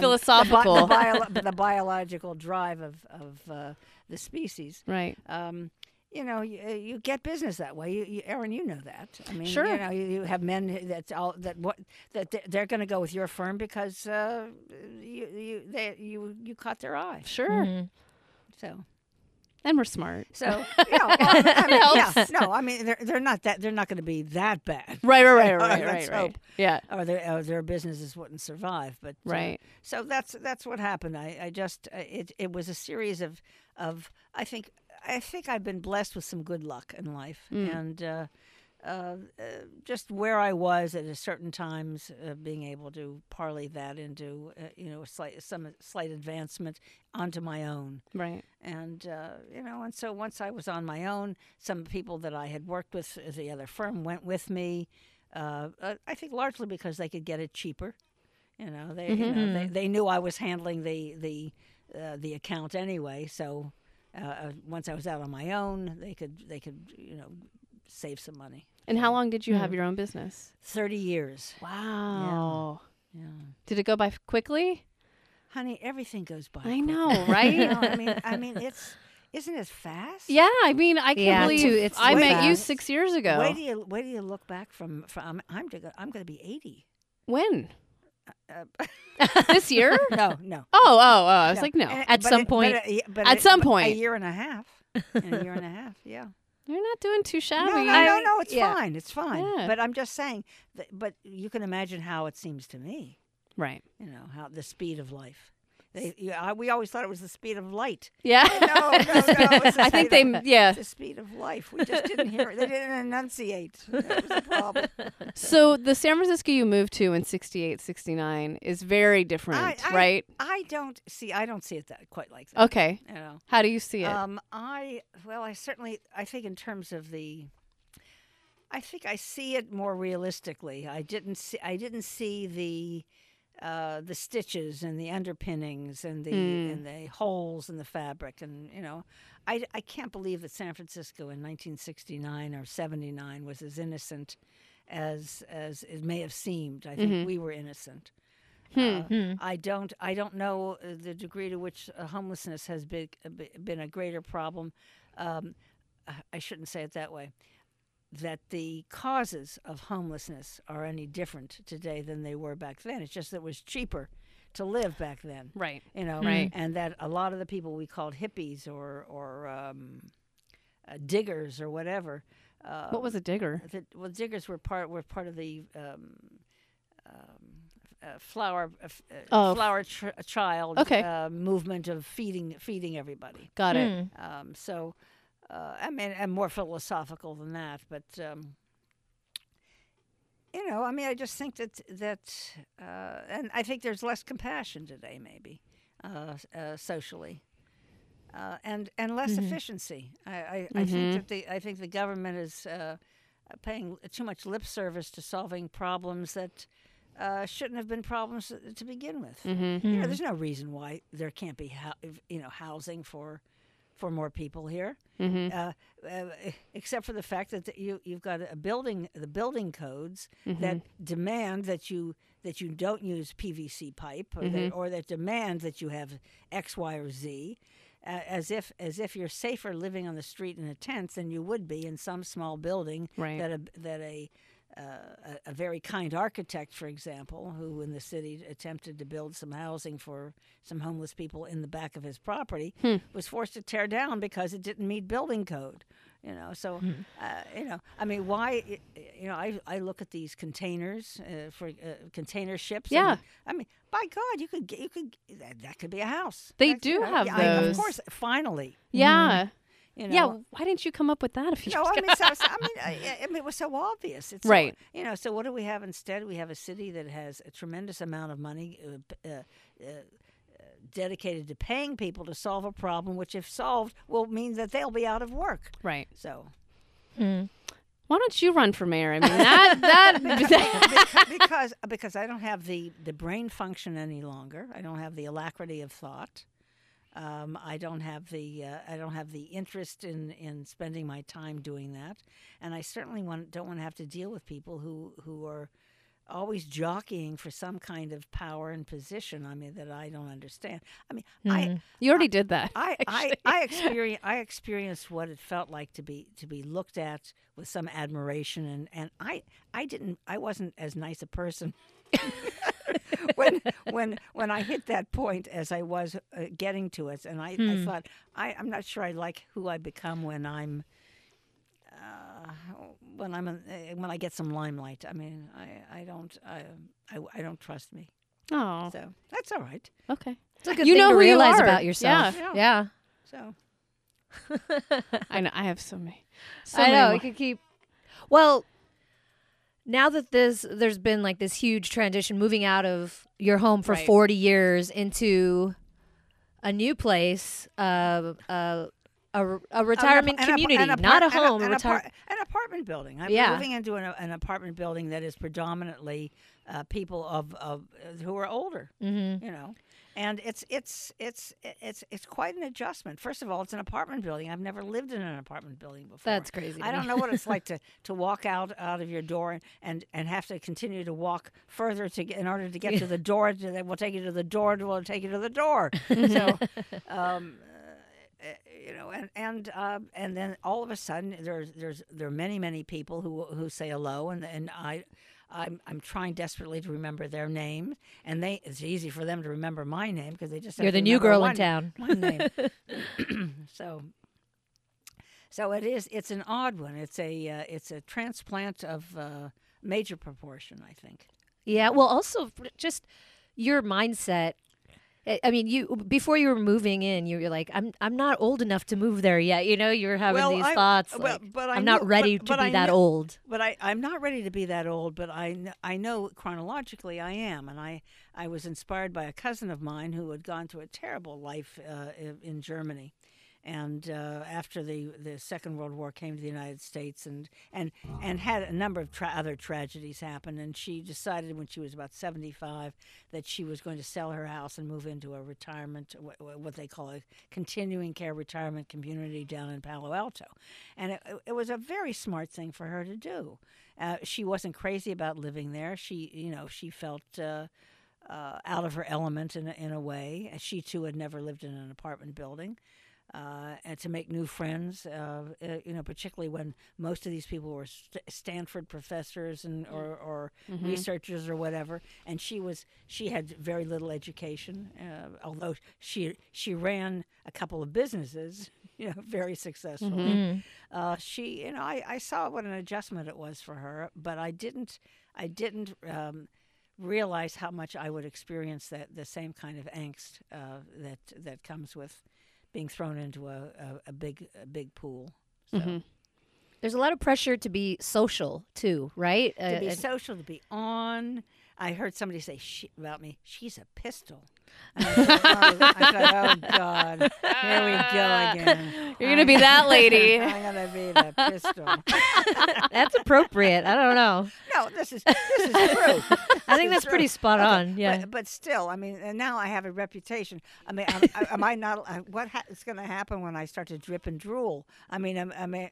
Speaker 1: Philosophical.
Speaker 3: the, bi- the bio- the biological drive of, of uh, the species.
Speaker 1: Right.
Speaker 3: Um, you know, you, you get business that way. You, you, Aaron, you know that. I mean,
Speaker 1: Sure.
Speaker 3: you know, you, you have men that's all that what that they- they're going to go with your firm because uh, you you they, you you caught their eye.
Speaker 1: Sure.
Speaker 3: So
Speaker 1: And we're smart.
Speaker 3: so you know, I mean, yeah, no, I mean they're they're not that they're not going to be that bad.
Speaker 1: Right, right, right, right,
Speaker 3: Let's
Speaker 1: right, right.
Speaker 3: hope.
Speaker 1: Yeah.
Speaker 3: Or their, or their businesses wouldn't survive, but uh,
Speaker 1: Right.
Speaker 3: So that's that's what happened. I, I just uh, it it was a series of of I think I think I've been blessed with some good luck in life and uh, uh, uh, just where I was at a certain times, uh, being able to parlay that into uh, you know a slight some slight advancement onto my own
Speaker 1: Right.
Speaker 3: and uh, you know, and so once I was on my own, some people that I had worked with at the other firm went with me. Uh, uh, I think largely because they could get it cheaper. You know, they you know,
Speaker 1: Mm-hmm.
Speaker 3: they, they knew I was handling the the uh, the account anyway. So uh, uh, once I was out on my own, they could they could you know save some money.
Speaker 1: And how long did you have your own business?
Speaker 3: Thirty years,
Speaker 1: Wow.
Speaker 3: yeah.
Speaker 1: Did it go by f- quickly?
Speaker 3: honey. Everything goes by.
Speaker 1: I
Speaker 3: quick.
Speaker 1: know,
Speaker 3: You know,
Speaker 1: right?
Speaker 3: I mean, I mean, it's isn't it fast?
Speaker 1: yeah, I mean, I can't
Speaker 2: Yeah,
Speaker 1: believe
Speaker 2: too, it's
Speaker 1: I
Speaker 2: too
Speaker 1: met you
Speaker 2: fast.
Speaker 1: six years ago.
Speaker 3: Where do you where do you look back from? from I'm I'm to go, I'm going to be eighty.
Speaker 1: when?
Speaker 3: Uh,
Speaker 1: this year? Oh,
Speaker 3: no, no.
Speaker 1: oh, oh! I was like, no,
Speaker 3: And-
Speaker 2: At
Speaker 3: but
Speaker 2: some
Speaker 3: it- but
Speaker 2: point-
Speaker 3: it- yeah, but
Speaker 1: at
Speaker 3: it-
Speaker 1: some
Speaker 3: but a
Speaker 1: point.
Speaker 3: year and a half, In a year and a half, yeah.
Speaker 1: you're not doing too
Speaker 3: No,
Speaker 1: shabby.
Speaker 3: no,
Speaker 1: I-
Speaker 3: no, no, it's
Speaker 2: yeah.
Speaker 3: fine, it's fine.
Speaker 1: Yeah.
Speaker 3: But I'm just saying. That, but you can imagine how it seems to me.
Speaker 1: Right?
Speaker 3: You know how the speed of life. They, yeah, I, we always thought it was the speed of light.
Speaker 1: Yeah.
Speaker 3: No, no, no. It's the
Speaker 1: I think they.
Speaker 3: speed of-
Speaker 1: Yeah.
Speaker 3: The speed of life. We just didn't hear it. They didn't enunciate. That was the problem.
Speaker 1: So the San Francisco you moved to in 68, 69 is very different,
Speaker 3: I-
Speaker 1: right?
Speaker 3: I don't see. I don't see it that quite like that.
Speaker 1: Okay.
Speaker 3: You know.
Speaker 1: How do you see it?
Speaker 3: Um, I well, I certainly I think in terms of the, I think I see it more realistically. I didn't see I didn't see the, uh, the stitches and the underpinnings and the
Speaker 1: Mm.
Speaker 3: and the holes in the fabric and you know, I I can't believe that San Francisco in 1969 or 79 was as innocent. As as it may have seemed, I think we were innocent.
Speaker 1: Hmm.
Speaker 3: Uh, I don't. I don't know uh, the degree to which uh, homelessness has been uh, be- been a greater problem. Um, uh, I shouldn't say it that way. That the causes of homelessness are any different today than they were back then. It's just that it was cheaper to live back then,
Speaker 1: right. Hmm.
Speaker 3: you know,
Speaker 1: Right.
Speaker 3: and that a lot of the people we called hippies or or um, uh, diggers or whatever. Uh,
Speaker 1: What was a digger?
Speaker 3: the, well, diggers were part were part of the um, um, uh, flower uh, f- uh,
Speaker 1: Oh, f-
Speaker 3: flower tr- child
Speaker 1: Okay.
Speaker 3: uh, movement of feeding feeding everybody.
Speaker 1: Got it.
Speaker 3: Um, so, uh, I mean, and more philosophical than that, but um, you know, I mean, I just think that that, uh, and I think there's less compassion today, maybe uh, s- uh, socially, uh, and and less efficiency. I, I, I think that the I think the government is uh, paying too much lip service to solving problems that. Uh, shouldn't have been problems uh, to begin with.
Speaker 2: Hmm. Mm-hmm.
Speaker 3: You know, there's no reason why there can't be, hou- you know, housing for for more people here, uh, uh, except for the fact that th- you you've got a building the building codes that demand that you that you don't use PVC pipe or, that, or that demand that you have X Y or Z. Uh, as if as if you're safer living on the street in a tent than you would be in some small building
Speaker 1: Right.
Speaker 3: that a that a uh, a, a very kind architect, for example, who in the city attempted to build some housing for some homeless people in the back of his property,
Speaker 1: Hmm.
Speaker 3: was forced to tear down because it didn't meet building code. You know, so
Speaker 1: Hmm.
Speaker 3: uh, you know, I mean, why? i- i- You know, I, I look at these containers uh, for uh, container ships. and-
Speaker 1: Yeah.
Speaker 3: I mean, by God, you could get, you could that, that could be a house.
Speaker 1: They
Speaker 3: That's, you
Speaker 1: do
Speaker 3: know,
Speaker 1: have
Speaker 3: yeah, I-
Speaker 1: those.
Speaker 3: of course, finally.
Speaker 1: Yeah.
Speaker 3: You know?
Speaker 1: Yeah, why didn't you come up with that a few
Speaker 3: No,
Speaker 1: years
Speaker 3: I
Speaker 1: ago?
Speaker 3: mean, so, so- I mean, I, I mean, it was so obvious. It's so-
Speaker 1: Right.
Speaker 3: you know, so what do we have instead? We have a city that has a tremendous amount of money uh, p- uh, uh, dedicated to paying people to solve a problem, which, if solved, will mean that they'll be out of work.
Speaker 1: Right.
Speaker 3: So
Speaker 1: Why don't you run for mayor? I mean, that that, that
Speaker 3: Be- because because I don't have the the brain function any longer. I don't have the alacrity of thought. Um, I don't have the uh, I don't have the interest in, in spending my time doing that, and I certainly want, don't want to have to deal with people who who are always jockeying for some kind of power and position. I mean that I don't understand. I mean I
Speaker 1: you already did that.
Speaker 3: I, I,
Speaker 1: actually.
Speaker 3: I experience I experienced what it felt like to be to be looked at with some admiration and, and I I didn't I wasn't as nice a person when when when I hit that point as I was uh, getting to it and I, I thought I, I'm not sure I like who I become when I'm uh, when I'm uh, when I get some limelight I mean I, I don't I, I, I don't trust me
Speaker 1: Oh,
Speaker 3: so that's all right
Speaker 1: okay.
Speaker 2: It's a good
Speaker 1: You
Speaker 2: thing
Speaker 1: know
Speaker 2: to
Speaker 1: who you
Speaker 2: realize
Speaker 1: are.
Speaker 2: about yourself.
Speaker 3: Yeah. so
Speaker 1: I know. I have so many. So
Speaker 2: I
Speaker 1: many
Speaker 2: know
Speaker 1: more.
Speaker 2: it could keep. Well, now that this there's been like this huge transition, moving out of your home for
Speaker 1: Right.
Speaker 2: 40 years into a new place, uh, uh, a, r- a retirement
Speaker 3: an apa- an apa-
Speaker 2: community,
Speaker 3: an apart-
Speaker 2: not a
Speaker 3: an
Speaker 2: home.
Speaker 3: An,
Speaker 2: a retire-
Speaker 3: apart- an apartment building. I'm
Speaker 2: Yeah.
Speaker 3: moving into an, an apartment building that is predominantly uh, people of, of uh, who are older.
Speaker 2: Mm-hmm.
Speaker 3: You know, and it's it's it's it's it's quite an adjustment. First of all, it's an apartment building. I've never lived in an apartment building before.
Speaker 2: That's crazy to
Speaker 3: I
Speaker 2: me.
Speaker 3: don't know what it's like to, to walk out out of your door and, and, and have to continue to walk further to get, in order to get to the door. To, that will take you to the door. Will take you to the door. So. Um, you know, and and uh, and then all of a sudden, there's there's there are many many people who who say hello, and and I, I'm I'm trying desperately to remember their name, and they it's easy for them to remember my name because they just have
Speaker 2: You're
Speaker 3: to
Speaker 2: the new
Speaker 3: remember
Speaker 2: girl
Speaker 3: one,
Speaker 2: in town.
Speaker 3: One name, so. So it is. It's an odd one. It's a uh, it's a transplant of uh, major proportion, I think.
Speaker 2: Yeah. Well, also f- just your mindset. I I mean, you before you were moving in, you were like, "I'm I'm not old enough to move there yet." You know, you were having
Speaker 3: Well,
Speaker 2: these
Speaker 3: I-
Speaker 2: thoughts.
Speaker 3: well,
Speaker 2: like,
Speaker 3: but I
Speaker 2: I'm
Speaker 3: knew-
Speaker 2: not
Speaker 3: but-
Speaker 2: ready to
Speaker 3: but
Speaker 2: be
Speaker 3: I
Speaker 2: that
Speaker 3: knew-
Speaker 2: old.
Speaker 3: But I, I'm not ready to be that old, but I, kn- I know chronologically I am. And I, I was inspired by a cousin of mine who had gone through a terrible life uh, in- in Germany. And uh, after the, the Second World War came to the United States and, and, and had a number of tra- other tragedies happen. And she decided when she was about 75 that she was going to sell her house and move into a retirement, wh- wh- what they call a continuing care retirement community down in Palo Alto. And it, it was a very smart thing for her to do. Uh, she wasn't crazy about living there. She, you know, she felt. Uh, uh, out of her element in a, in a way. And She too had never lived in an apartment building, uh, and to make new friends, uh, uh, you know, particularly when most of these people were st- Stanford professors and or, or researchers or whatever. And she was she had very little education, uh, although she she ran a couple of businesses, you know, very successfully.
Speaker 2: Mm. Mm-hmm.
Speaker 3: Uh, she, you know, I, I saw what an adjustment it was for her, but I didn't I didn't. Um, realize how much I would experience that the same kind of angst uh, that that comes with being thrown into a, a, a big a big pool. So,
Speaker 2: There's a lot of pressure to be social too, right?
Speaker 3: To be social, to be on. I heard somebody say she, about me, she's a pistol. And I thought, oh, I thought, oh God, here we go again.
Speaker 1: You're gonna be that lady.
Speaker 3: I'm gonna be the pistol.
Speaker 2: that's appropriate. I don't know.
Speaker 3: No, this is this is true.
Speaker 2: I
Speaker 3: This
Speaker 2: think
Speaker 3: is
Speaker 2: that's
Speaker 3: true.
Speaker 2: pretty spot
Speaker 3: Okay,
Speaker 2: on. Yeah.
Speaker 3: But, but still, I mean, and now I have a reputation. I mean, am, I- am I not? I- What ha- is going to happen when I start to drip and drool? I mean, I'm, I mean.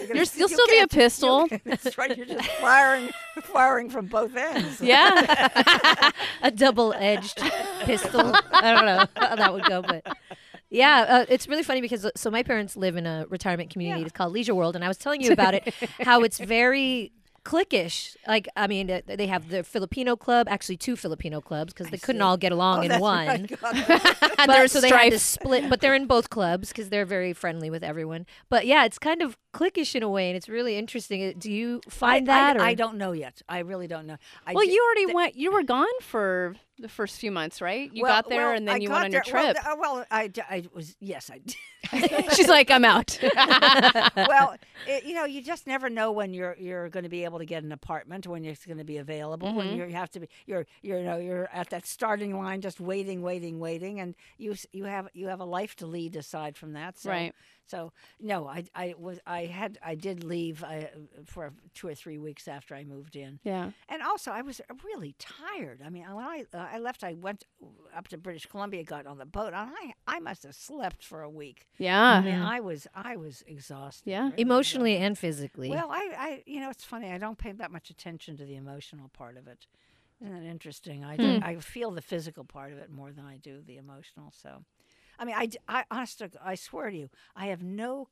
Speaker 1: You're, you'll still be a pistol.
Speaker 3: That's right. You're just firing, firing from both ends.
Speaker 1: Yeah.
Speaker 2: a double-edged pistol. I don't know how that would go, but yeah, uh, it's really funny because uh, so my parents live in a retirement community it's called Leisure World, and I was telling you about it, how it's very cliquish. Like, I mean, uh, they have the Filipino club, actually two Filipino clubs because they couldn't all get along in
Speaker 3: Oh, That's
Speaker 2: one.
Speaker 3: right. God.
Speaker 2: but,
Speaker 1: there's
Speaker 2: so they had to
Speaker 1: strife.
Speaker 2: split, but they're in both clubs because they're very friendly with everyone. But yeah, it's kind of cliquish in a way, and it's really interesting. Uh, Do you
Speaker 3: I-
Speaker 2: find
Speaker 3: I,
Speaker 2: that? or?
Speaker 3: I don't know yet. I really don't know. I
Speaker 1: well,
Speaker 3: di-
Speaker 1: you already
Speaker 3: th-
Speaker 1: went. You were gone for the first few months, right? You
Speaker 3: well-
Speaker 1: got there
Speaker 3: well,
Speaker 1: and then
Speaker 3: I
Speaker 1: you went
Speaker 3: got
Speaker 1: on your
Speaker 3: there- well,
Speaker 1: trip.
Speaker 3: th- uh, Well, I, d- I was yes, I did.
Speaker 1: She's like, I'm out.
Speaker 3: well, it, you know, you just never know when you're you're going to be able to get an apartment, when it's going to be available, when you have to be you're you're you know you're at that starting line, just waiting, waiting, waiting, and you s- you have you have a life to lead aside from that. So,
Speaker 1: Right.
Speaker 3: So no, I I was I had I did leave I, for two or three weeks after I moved in.
Speaker 1: yeah.
Speaker 3: And also, I was really tired. I mean, when I uh, I left, I went up to British Columbia, got on the boat, and I I must have slept for a week.
Speaker 1: Yeah.
Speaker 3: I mean, I was I was exhausted.
Speaker 1: Yeah.
Speaker 3: really exhausted.
Speaker 2: emotionally and physically.
Speaker 3: Well, I, I you know, it's funny. I don't pay that much attention to the emotional part of it. Isn't that interesting? I do- I feel the physical part of it more than I do the emotional. So, I mean, I d- I honest to- I swear to you, I have no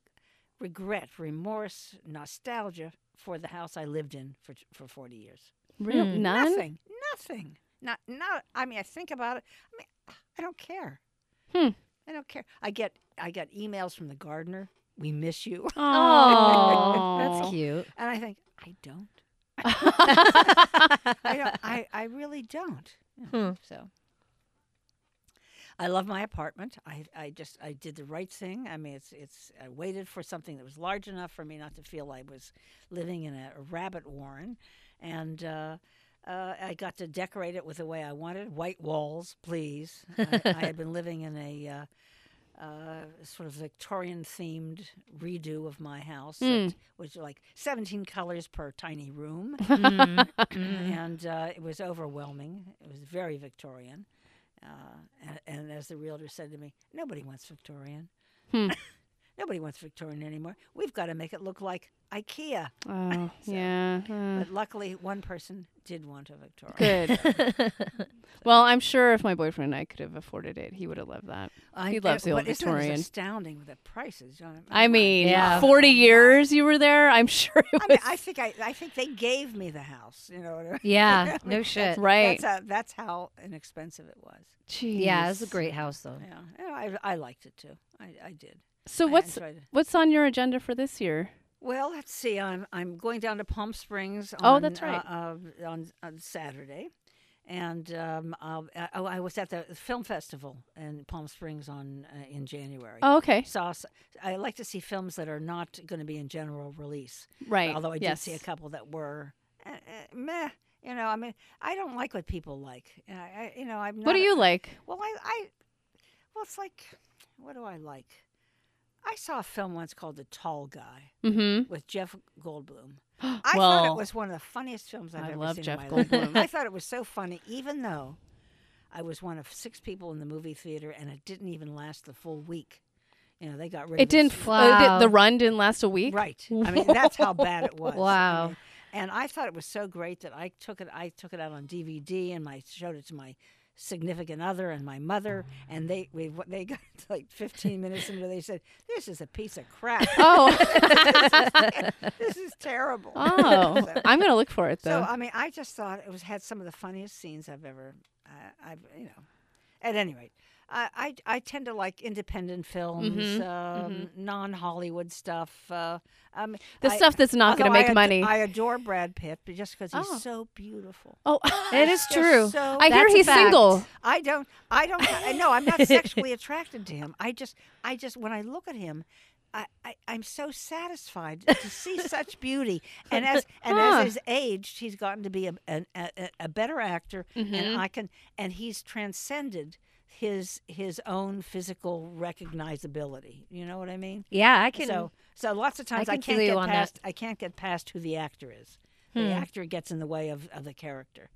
Speaker 3: regret, remorse, nostalgia for the house I lived in for for forty years.
Speaker 1: Real none.
Speaker 3: Nothing. Nothing. Not not I mean I think about it. I mean I don't care.
Speaker 1: Hmm.
Speaker 3: I don't care. I get I get emails from the gardener. We miss you.
Speaker 1: Oh,
Speaker 2: that's cute.
Speaker 3: And I think I don't. I don't I, I really don't. Yeah,
Speaker 2: Hmm.
Speaker 3: So I love my apartment. I, I just I did the right thing. I mean it's it's I waited for something that was large enough for me not to feel I was living in a rabbit warren and uh, uh, I got to decorate it with the way I wanted. White walls, please. I, I had been living in a uh, uh, sort of Victorian themed redo of my house,
Speaker 1: Mm.
Speaker 3: It was like 17 colors per tiny room. and uh, it was overwhelming. It was very Victorian. Uh, and, and as the realtor said to me, nobody wants Victorian.
Speaker 1: Hmm.
Speaker 3: nobody wants Victorian anymore. We've got to make it look like IKEA.
Speaker 1: oh yeah. uh,
Speaker 3: But luckily, one person did want a Victorian.
Speaker 1: Good. well, I'm sure if my boyfriend and I could have afforded it, he would have loved that.
Speaker 3: I-
Speaker 1: He loves
Speaker 3: uh,
Speaker 1: the old
Speaker 3: but isn't it just
Speaker 1: Victorian.
Speaker 3: astounding with the prices. John?
Speaker 1: I
Speaker 3: My
Speaker 1: mean,
Speaker 2: Yeah.
Speaker 3: God.
Speaker 1: 40
Speaker 3: Oh, my
Speaker 1: years you were there. I'm sure it was.
Speaker 3: I mean, I think I, I think they gave me the house. You know, what I mean?
Speaker 2: Yeah, no shit.
Speaker 1: right.
Speaker 3: That's how, that's how inexpensive it was.
Speaker 2: Yeah, it's a
Speaker 1: Jeez.
Speaker 2: great house though.
Speaker 3: Yeah, And I, I liked it too. I, I did.
Speaker 1: So
Speaker 3: I
Speaker 1: what's
Speaker 3: enjoyed it.
Speaker 1: what's on your agenda for this year?
Speaker 3: Well, let's see. I'm I'm going down to Palm Springs. On,
Speaker 1: Oh, that's right.
Speaker 3: Uh, uh, on, on Saturday, and um, I'll, I, oh, I was at the film festival in Palm Springs on uh, in January.
Speaker 1: Oh, okay.
Speaker 3: Saw, s- I like to see films that are not going to be in general release.
Speaker 1: Right.
Speaker 3: Although I
Speaker 1: yes.
Speaker 3: did see a couple that were uh, uh, meh. You know, I mean, I don't like what people like. Uh, I, you know, I'm. Not
Speaker 1: What do
Speaker 3: a-
Speaker 1: you like?
Speaker 3: well, I, I, well, it's like, what do I like? I saw a film once called The Tall Guy
Speaker 1: Mm-hmm.
Speaker 3: with Jeff Goldblum. I thought
Speaker 1: Well,
Speaker 3: it was one of the funniest films I've
Speaker 1: I
Speaker 3: ever
Speaker 1: love
Speaker 3: seen
Speaker 1: Jeff
Speaker 3: in my life.
Speaker 1: Goldblum.
Speaker 3: I thought it was so funny, even though I was one of six people in the movie theater, and it didn't even last the full week. You know, they got rid
Speaker 1: It
Speaker 3: of this-
Speaker 1: didn't. f- uh, did- the
Speaker 2: Wow.
Speaker 1: run didn't last a week.
Speaker 3: Right. I mean, that's how bad it was. I
Speaker 2: Wow.
Speaker 3: mean, and I thought it was so great that I took it. I took it out on DVD and I showed it to my significant other and my mother, and they we, what- they got like 15 minutes into. it, They said, "This is a piece of crap.
Speaker 1: Oh.
Speaker 3: this is terrible."
Speaker 1: oh.
Speaker 3: So-
Speaker 1: I'm gonna look for it
Speaker 3: So uh,
Speaker 1: though.
Speaker 3: I mean, I just thought it was had some of the funniest scenes I've ever, I I've you know. At any rate, I I, I tend to like independent films,
Speaker 1: Mm-hmm,
Speaker 3: um, non Hollywood stuff. Uh, um,
Speaker 1: the
Speaker 3: I-
Speaker 1: stuff that's not gonna
Speaker 3: although I
Speaker 1: make
Speaker 3: ad-
Speaker 1: money.
Speaker 3: I adore Brad Pitt, but just because he's
Speaker 1: Oh.
Speaker 3: so beautiful.
Speaker 1: oh.
Speaker 2: It is
Speaker 3: Just
Speaker 2: true.
Speaker 3: so-
Speaker 1: I hear
Speaker 2: That's a
Speaker 1: he's
Speaker 2: fact.
Speaker 1: single.
Speaker 3: I don't. I don't. I, no, I'm not sexually attracted to him. I just. I just. When I look at him. I, I, I'm so satisfied to see such beauty, and as and
Speaker 1: Huh.
Speaker 3: as he's aged, he's gotten to be a an, a, a- a better actor, and I can and he's transcended his his own physical recognizability. You know what I mean?
Speaker 2: Yeah, I can.
Speaker 3: so so lots of times I,
Speaker 2: can
Speaker 3: can't
Speaker 2: feel you
Speaker 3: get
Speaker 2: on that. Hmm.
Speaker 3: past I can't get past who the actor is. The actor gets in the way of, of the character.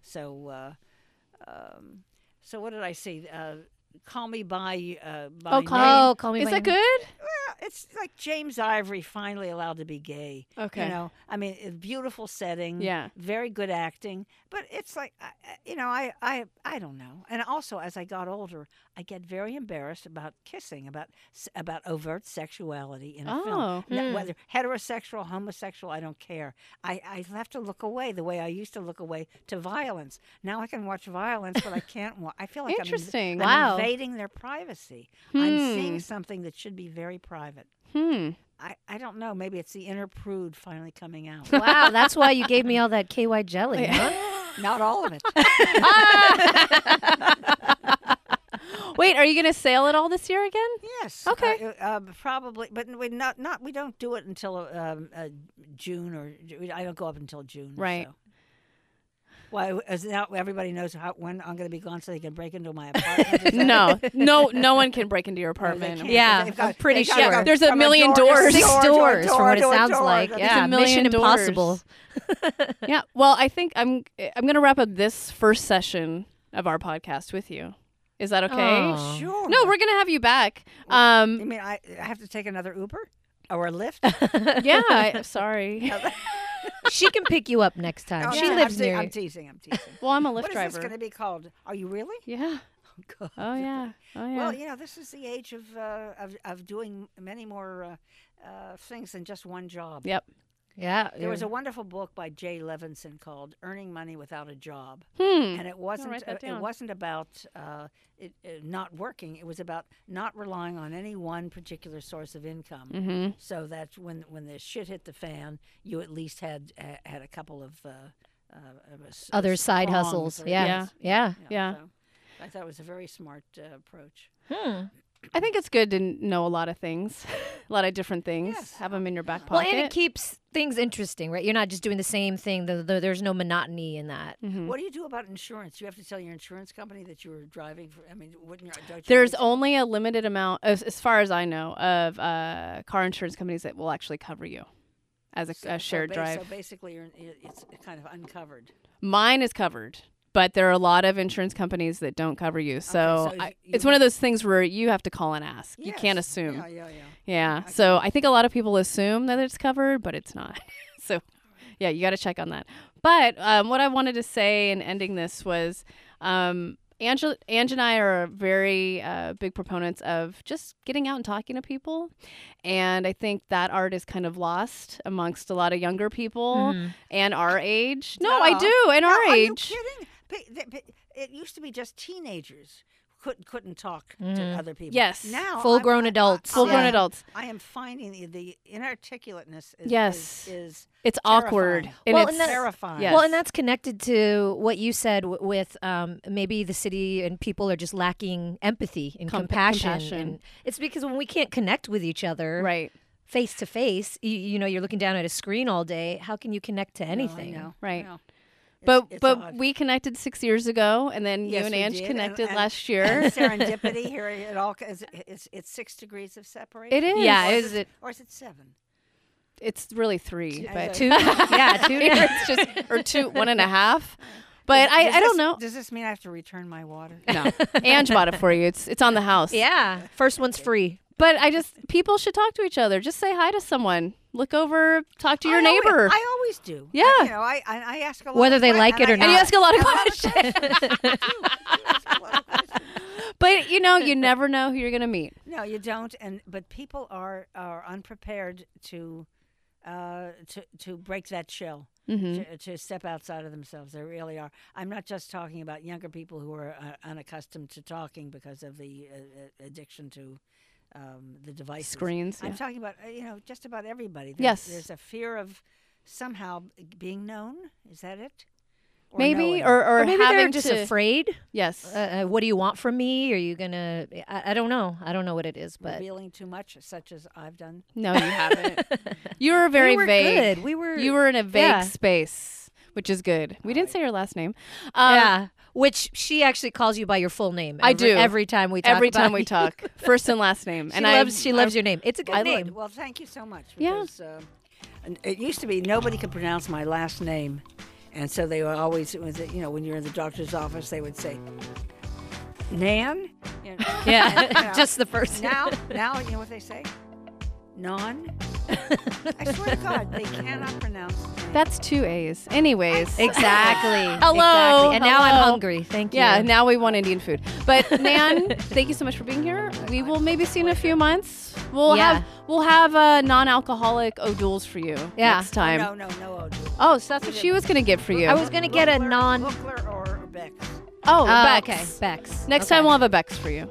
Speaker 3: So uh, um, so what did I see? Uh, Call me by uh, by
Speaker 1: Oh,
Speaker 3: Name.
Speaker 1: Call Me-
Speaker 2: oh, call me.
Speaker 1: Is
Speaker 2: by
Speaker 1: that
Speaker 2: your name.
Speaker 1: good?
Speaker 3: Well, it's like James Ivory finally allowed to be gay.
Speaker 1: Okay.
Speaker 3: You know, I mean, a beautiful setting.
Speaker 1: Yeah.
Speaker 3: Very good acting, but it's like, I- I- you know, I, I, I don't know. And also, as I got older, I get very embarrassed about kissing, about s- about overt sexuality in a
Speaker 1: Oh.
Speaker 3: film, N- whether heterosexual, homosexual, I don't care. I, I have to look away the way I used to look away to violence. Now I can watch violence, but I can't. Wa- I feel like I'm inv-
Speaker 1: Interesting.
Speaker 3: I'm
Speaker 2: Wow.
Speaker 3: invading their privacy. I'm seeing something that should be very private.
Speaker 1: Hmm.
Speaker 3: I, I don't know. Maybe it's the inner prude finally coming out.
Speaker 2: Wow, that's why you gave me all that KY jelly. huh?
Speaker 3: Not all of it.
Speaker 1: Wait, are you going to sail it all this year again?
Speaker 3: yes.
Speaker 1: Okay.
Speaker 3: Uh, uh, um, probably, but we not not we don't do it until um, uh, June or Ju- I don't go up until June. or
Speaker 1: Right.
Speaker 3: So. Why? As now everybody knows how when I'm going to be gone, so they can break into my apartment. Is that-
Speaker 1: No, no, no one can break into your
Speaker 3: No, they
Speaker 1: apartment.
Speaker 3: can't, 'cause
Speaker 2: Yeah,
Speaker 3: they've
Speaker 2: I'm pretty
Speaker 3: they've gotta
Speaker 2: sure.
Speaker 3: go
Speaker 1: There's a
Speaker 3: from
Speaker 1: million
Speaker 3: door to
Speaker 1: doors.
Speaker 2: Six
Speaker 3: door to a
Speaker 2: doors,
Speaker 3: door
Speaker 2: from what it
Speaker 3: to a
Speaker 2: sounds
Speaker 3: door.
Speaker 2: like.
Speaker 3: That's-
Speaker 2: Yeah,
Speaker 1: million
Speaker 2: Mission
Speaker 1: doors.
Speaker 2: Impossible.
Speaker 1: yeah. Well, I think I'm I'm going to wrap up this first session of our podcast with you. Is that okay?
Speaker 2: Aw.
Speaker 3: Sure.
Speaker 1: No, we're going to have you back. Um,
Speaker 3: You mean I, I have to take another Uber or a Lyft?
Speaker 1: yeah, I, sorry.
Speaker 2: she can pick you up next time.
Speaker 3: Oh,
Speaker 2: she
Speaker 3: no,
Speaker 2: lives
Speaker 3: I'm te-
Speaker 2: near.
Speaker 3: I'm
Speaker 2: you.
Speaker 3: teasing. I'm teasing.
Speaker 1: Well, I'm a
Speaker 3: What
Speaker 1: Lyft
Speaker 3: is
Speaker 1: driver.
Speaker 3: this going to be called? Are you really?
Speaker 1: Yeah.
Speaker 3: God.
Speaker 1: Oh yeah. Oh yeah.
Speaker 3: Well, you know, this is the age of uh, of, of doing many more uh, uh, things than just one job.
Speaker 1: Yep.
Speaker 2: Yeah,
Speaker 3: There was a wonderful book by Jay Levinson called "Earning Money Without a Job,"
Speaker 1: Hmm.
Speaker 3: and it wasn't
Speaker 1: write that
Speaker 3: uh, it
Speaker 1: down.
Speaker 3: wasn't about uh, it, uh, not working. It was about not relying on any one particular source of income,
Speaker 1: Mm-hmm.
Speaker 3: so that when when the shit hit the fan, you at least had uh, had a couple of uh, uh, of a s-
Speaker 2: other side
Speaker 3: prongs
Speaker 2: hustles.
Speaker 3: or-
Speaker 2: Yeah,
Speaker 1: Yeah.
Speaker 2: yeah.
Speaker 1: Yeah.
Speaker 3: so I thought it was a very smart uh, approach.
Speaker 2: Hmm.
Speaker 1: I think it's good to n- know a lot of things, a lot of different things.
Speaker 3: Yes.
Speaker 1: Have them in your back
Speaker 2: Well,
Speaker 1: pocket.
Speaker 2: and it keeps things interesting, right? You're not just doing the same thing. Though though there's no monotony in that.
Speaker 1: Mhm.
Speaker 3: What do you do about insurance? You have to tell your insurance company that you were driving for. I mean, wouldn't your don't you
Speaker 1: There's
Speaker 3: always-
Speaker 1: only a limited amount, as, as far as I know, of uh, car insurance companies that will actually cover you as a,
Speaker 3: uh, so-
Speaker 1: a
Speaker 3: so
Speaker 1: shared
Speaker 3: ba-
Speaker 1: drive.
Speaker 3: So basically, you're, it's kind of uncovered.
Speaker 1: Mine is covered, but there are a lot of insurance companies that don't cover you. So,
Speaker 3: so
Speaker 1: I,
Speaker 3: you- you
Speaker 1: it's one of
Speaker 3: would-
Speaker 1: those things where you have to call and ask. You can't
Speaker 3: Yes.
Speaker 1: assume.
Speaker 3: Yeah,
Speaker 1: Yeah.
Speaker 3: yeah, yeah.
Speaker 1: So I think a lot of people assume that it's covered, but it's not. so yeah, you got to check on that. But um, what I wanted to say in ending this was um, Angela, Ange and I are very uh, big proponents of just getting out and talking to people. And I think that art is kind of lost amongst a lot of younger people
Speaker 2: Mm-hmm.
Speaker 1: and our age. No, I
Speaker 3: Duh.
Speaker 1: do. And
Speaker 3: No,
Speaker 1: our
Speaker 3: are
Speaker 1: age.
Speaker 3: you kidding? Pe- th- pe- It used to be just teenagers couldn't couldn't talk to other people.
Speaker 1: Mm-hmm. Yes.
Speaker 3: now
Speaker 2: Full
Speaker 3: I'm-
Speaker 2: grown
Speaker 3: I- I-
Speaker 2: adults.
Speaker 1: Full grown
Speaker 3: I-
Speaker 1: adults.
Speaker 3: I am finding the, the inarticulateness. Is,
Speaker 1: Yes.
Speaker 3: is, is oh,
Speaker 1: It's awkward.
Speaker 3: Terrifying.
Speaker 1: And
Speaker 2: Well,
Speaker 1: it's
Speaker 2: and that's-
Speaker 3: terrifying.
Speaker 1: Yes.
Speaker 2: Well, and that's connected to what you said w- with um, maybe the city and people are just lacking empathy and
Speaker 1: Com-
Speaker 2: compassion.
Speaker 1: compassion.
Speaker 2: And it's because when we can't connect with each other
Speaker 1: right.
Speaker 2: face to face, you, you know, you're looking down at a screen all day. How can you connect to anything?
Speaker 3: No, I know, I
Speaker 1: Right.
Speaker 3: know. It's-
Speaker 1: But
Speaker 3: it's
Speaker 1: but
Speaker 3: odd.
Speaker 1: we connected six years ago, and then
Speaker 3: Yes,
Speaker 1: you and
Speaker 3: we
Speaker 1: Ange
Speaker 3: did, and-
Speaker 1: connected
Speaker 3: and-
Speaker 1: last
Speaker 3: and
Speaker 1: year.
Speaker 3: serendipity here it all is it's, it's six degrees of separation.
Speaker 1: is.
Speaker 2: Yeah,
Speaker 3: Or
Speaker 1: is
Speaker 3: it
Speaker 1: it-
Speaker 3: or is it seven?
Speaker 1: it's really three,
Speaker 3: Yeah,
Speaker 1: but
Speaker 2: Two, yeah, two.
Speaker 1: it's just or two one and a half. But
Speaker 3: Does
Speaker 1: I, I
Speaker 3: this-
Speaker 1: don't know.
Speaker 3: Does this mean I have to return my water?
Speaker 1: No, Ange bought it for you. It's it's on the house.
Speaker 2: Yeah, first one's free.
Speaker 1: But I just people should talk to each other. Just say hi to someone. Look over. Talk to your
Speaker 3: I always-
Speaker 1: neighbor.
Speaker 3: I always do. I-
Speaker 1: Yeah.
Speaker 3: you know, I, I, I ask a lot
Speaker 2: Whether
Speaker 3: of
Speaker 2: they
Speaker 3: que-
Speaker 2: like it
Speaker 3: and I-
Speaker 2: or
Speaker 1: and you
Speaker 2: not.
Speaker 1: ask a lot of
Speaker 3: I have a
Speaker 1: questions.
Speaker 3: I do ask a lot of questions.
Speaker 1: but you know, you never know who you're gonna meet.
Speaker 3: No, you don't. And but people are are unprepared to uh, to to break that shell.
Speaker 1: Mm-hmm.
Speaker 3: To, to step outside of themselves, they really are. I'm not just talking about younger people who are uh, unaccustomed to talking because of the uh, uh, addiction to um, the devices.
Speaker 1: Screens.
Speaker 3: I'm
Speaker 1: Yeah.
Speaker 3: talking about uh, you know just about everybody. There's,
Speaker 1: Yes.
Speaker 3: there's a fear of somehow being known. Is that it? Or
Speaker 1: Maybe
Speaker 3: knowing.
Speaker 1: or, or,
Speaker 2: Or maybe
Speaker 1: having
Speaker 2: they're just
Speaker 1: to,
Speaker 2: afraid.
Speaker 1: Yes.
Speaker 2: Uh, uh, what do you want from me? Are you gonna? I, I don't know. I don't know what it is, but
Speaker 3: revealing too much, such as I've done.
Speaker 1: no, you haven't. You were very
Speaker 2: we were
Speaker 1: vague.
Speaker 2: good. We were.
Speaker 1: You were in a vague
Speaker 2: Yeah.
Speaker 1: space, which is good. We didn't say your last name. Um,
Speaker 2: Yeah, which she actually calls you by your full name.
Speaker 1: I
Speaker 2: every-
Speaker 1: do.
Speaker 2: every time we talk.
Speaker 1: Every
Speaker 2: about
Speaker 1: time we
Speaker 2: you.
Speaker 1: talk, first and last name.
Speaker 2: she
Speaker 1: and
Speaker 2: loves
Speaker 1: I,
Speaker 2: she loves your name. It's a good
Speaker 3: Well,
Speaker 2: name.
Speaker 3: good. Well, thank you so much.
Speaker 1: Yeah.
Speaker 3: Because, um, and it used to be nobody could pronounce my last name, and so they were always, it was, you know, when you're in the doctor's office, they would say, "Nan." You know, and, you
Speaker 2: Yeah,
Speaker 3: know,
Speaker 2: just the first.
Speaker 3: now, now you know what they say. Non. I swear to God, they cannot pronounce. names.
Speaker 1: That's two A's. Anyways.
Speaker 2: Exactly.
Speaker 1: Hello,
Speaker 2: Exactly. And now
Speaker 1: hello.
Speaker 2: I'm hungry. Thank you.
Speaker 1: yeah, now we want Indian food. But Nan, thank you so much for being here. We will maybe see you in a few months. We'll
Speaker 2: Yeah.
Speaker 1: have we'll have uh, non-alcoholic O'Douls for you
Speaker 2: Yeah.
Speaker 1: next time.
Speaker 3: No, no, no. I'll do it.
Speaker 1: Oh, so that's what she was gonna get for you.
Speaker 2: I was gonna get a
Speaker 3: Bookler-
Speaker 2: non.
Speaker 3: Bookler or Uh, Beck's.
Speaker 1: oh,
Speaker 2: Oh,
Speaker 1: Bex.
Speaker 2: okay. Bex.
Speaker 1: Next
Speaker 2: Okay.
Speaker 1: time we'll have a Bex for you.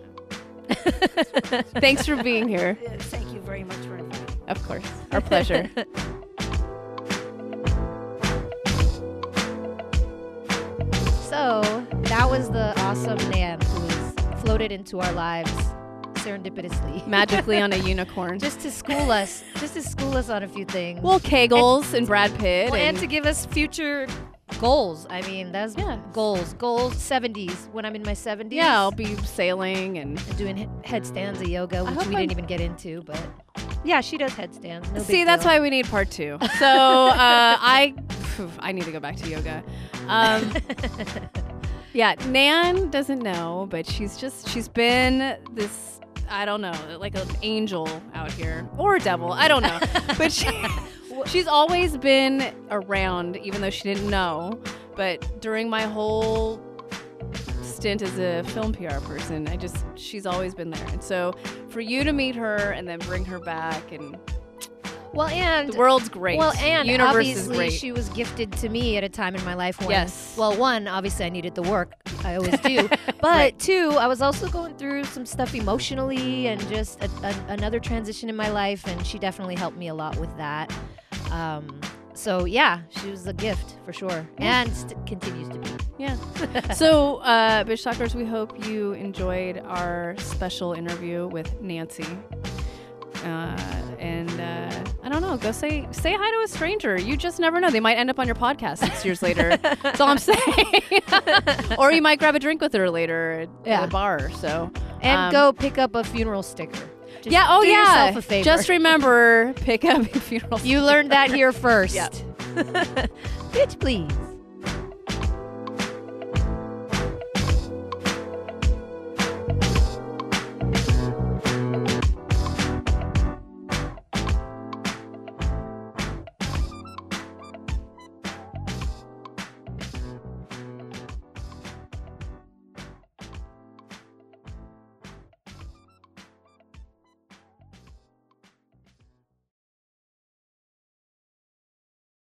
Speaker 1: Thanks for being here.
Speaker 3: Uh, Thank you very much for inviting me.
Speaker 1: Of course. Our pleasure.
Speaker 2: So that was the awesome Nan who has floated into our lives serendipitously.
Speaker 1: Magically on a unicorn.
Speaker 2: Just to school us, just to school us on a few things.
Speaker 1: well, Kegels and, Brad Pitt.
Speaker 2: Well, and
Speaker 1: and
Speaker 2: to give us future goals. I mean, that's
Speaker 1: Yeah.
Speaker 2: goals. Goals, 70s, when I'm in my 70s.
Speaker 1: yeah, I'll be sailing and
Speaker 2: and doing he- headstands of yoga, which
Speaker 1: hope
Speaker 2: we
Speaker 1: I'm-
Speaker 2: didn't even get into, but yeah, she does headstands. No big
Speaker 1: See, that's
Speaker 2: deal.
Speaker 1: why we need part two. So uh, I, phew, I need to go back to yoga. Um, yeah, Nan doesn't know, but she's just she's been this I don't know, like an angel out here or a devil, I don't know. but she she's always been around, even though she didn't know. But during my whole stint as a film PR person, I just she's always been there. And so for you to meet her and then bring her back and
Speaker 2: Well, and
Speaker 1: the world's great.
Speaker 2: Well, and
Speaker 1: universe is
Speaker 2: obviously
Speaker 1: great.
Speaker 2: she was gifted to me at a time in my life when,
Speaker 1: Yes.
Speaker 2: well, one, obviously I needed the work. I always do. but
Speaker 1: Right.
Speaker 2: two, I was also going through some stuff emotionally and just a, a, another transition in my life, and she definitely helped me a lot with that. Um, so yeah, she was a gift for sure,
Speaker 1: Yeah.
Speaker 2: and st- continues to be.
Speaker 1: yeah. so, uh, bitch talkers, we hope you enjoyed our special interview with Nancy. Uh, and uh, I don't know. Go say say hi to a stranger. You just never know. They might end up on your podcast six years later. That's all I'm saying. or you might grab a drink with her later at, at
Speaker 2: Yeah.
Speaker 1: a bar. So
Speaker 2: And
Speaker 1: um,
Speaker 2: go pick up a funeral sticker. Just
Speaker 1: yeah. Oh
Speaker 2: do
Speaker 1: yeah.
Speaker 2: Yourself a favor.
Speaker 1: Just remember, pick up a funeral.
Speaker 2: you learned that here first.
Speaker 1: Yep.
Speaker 2: Bitch, please.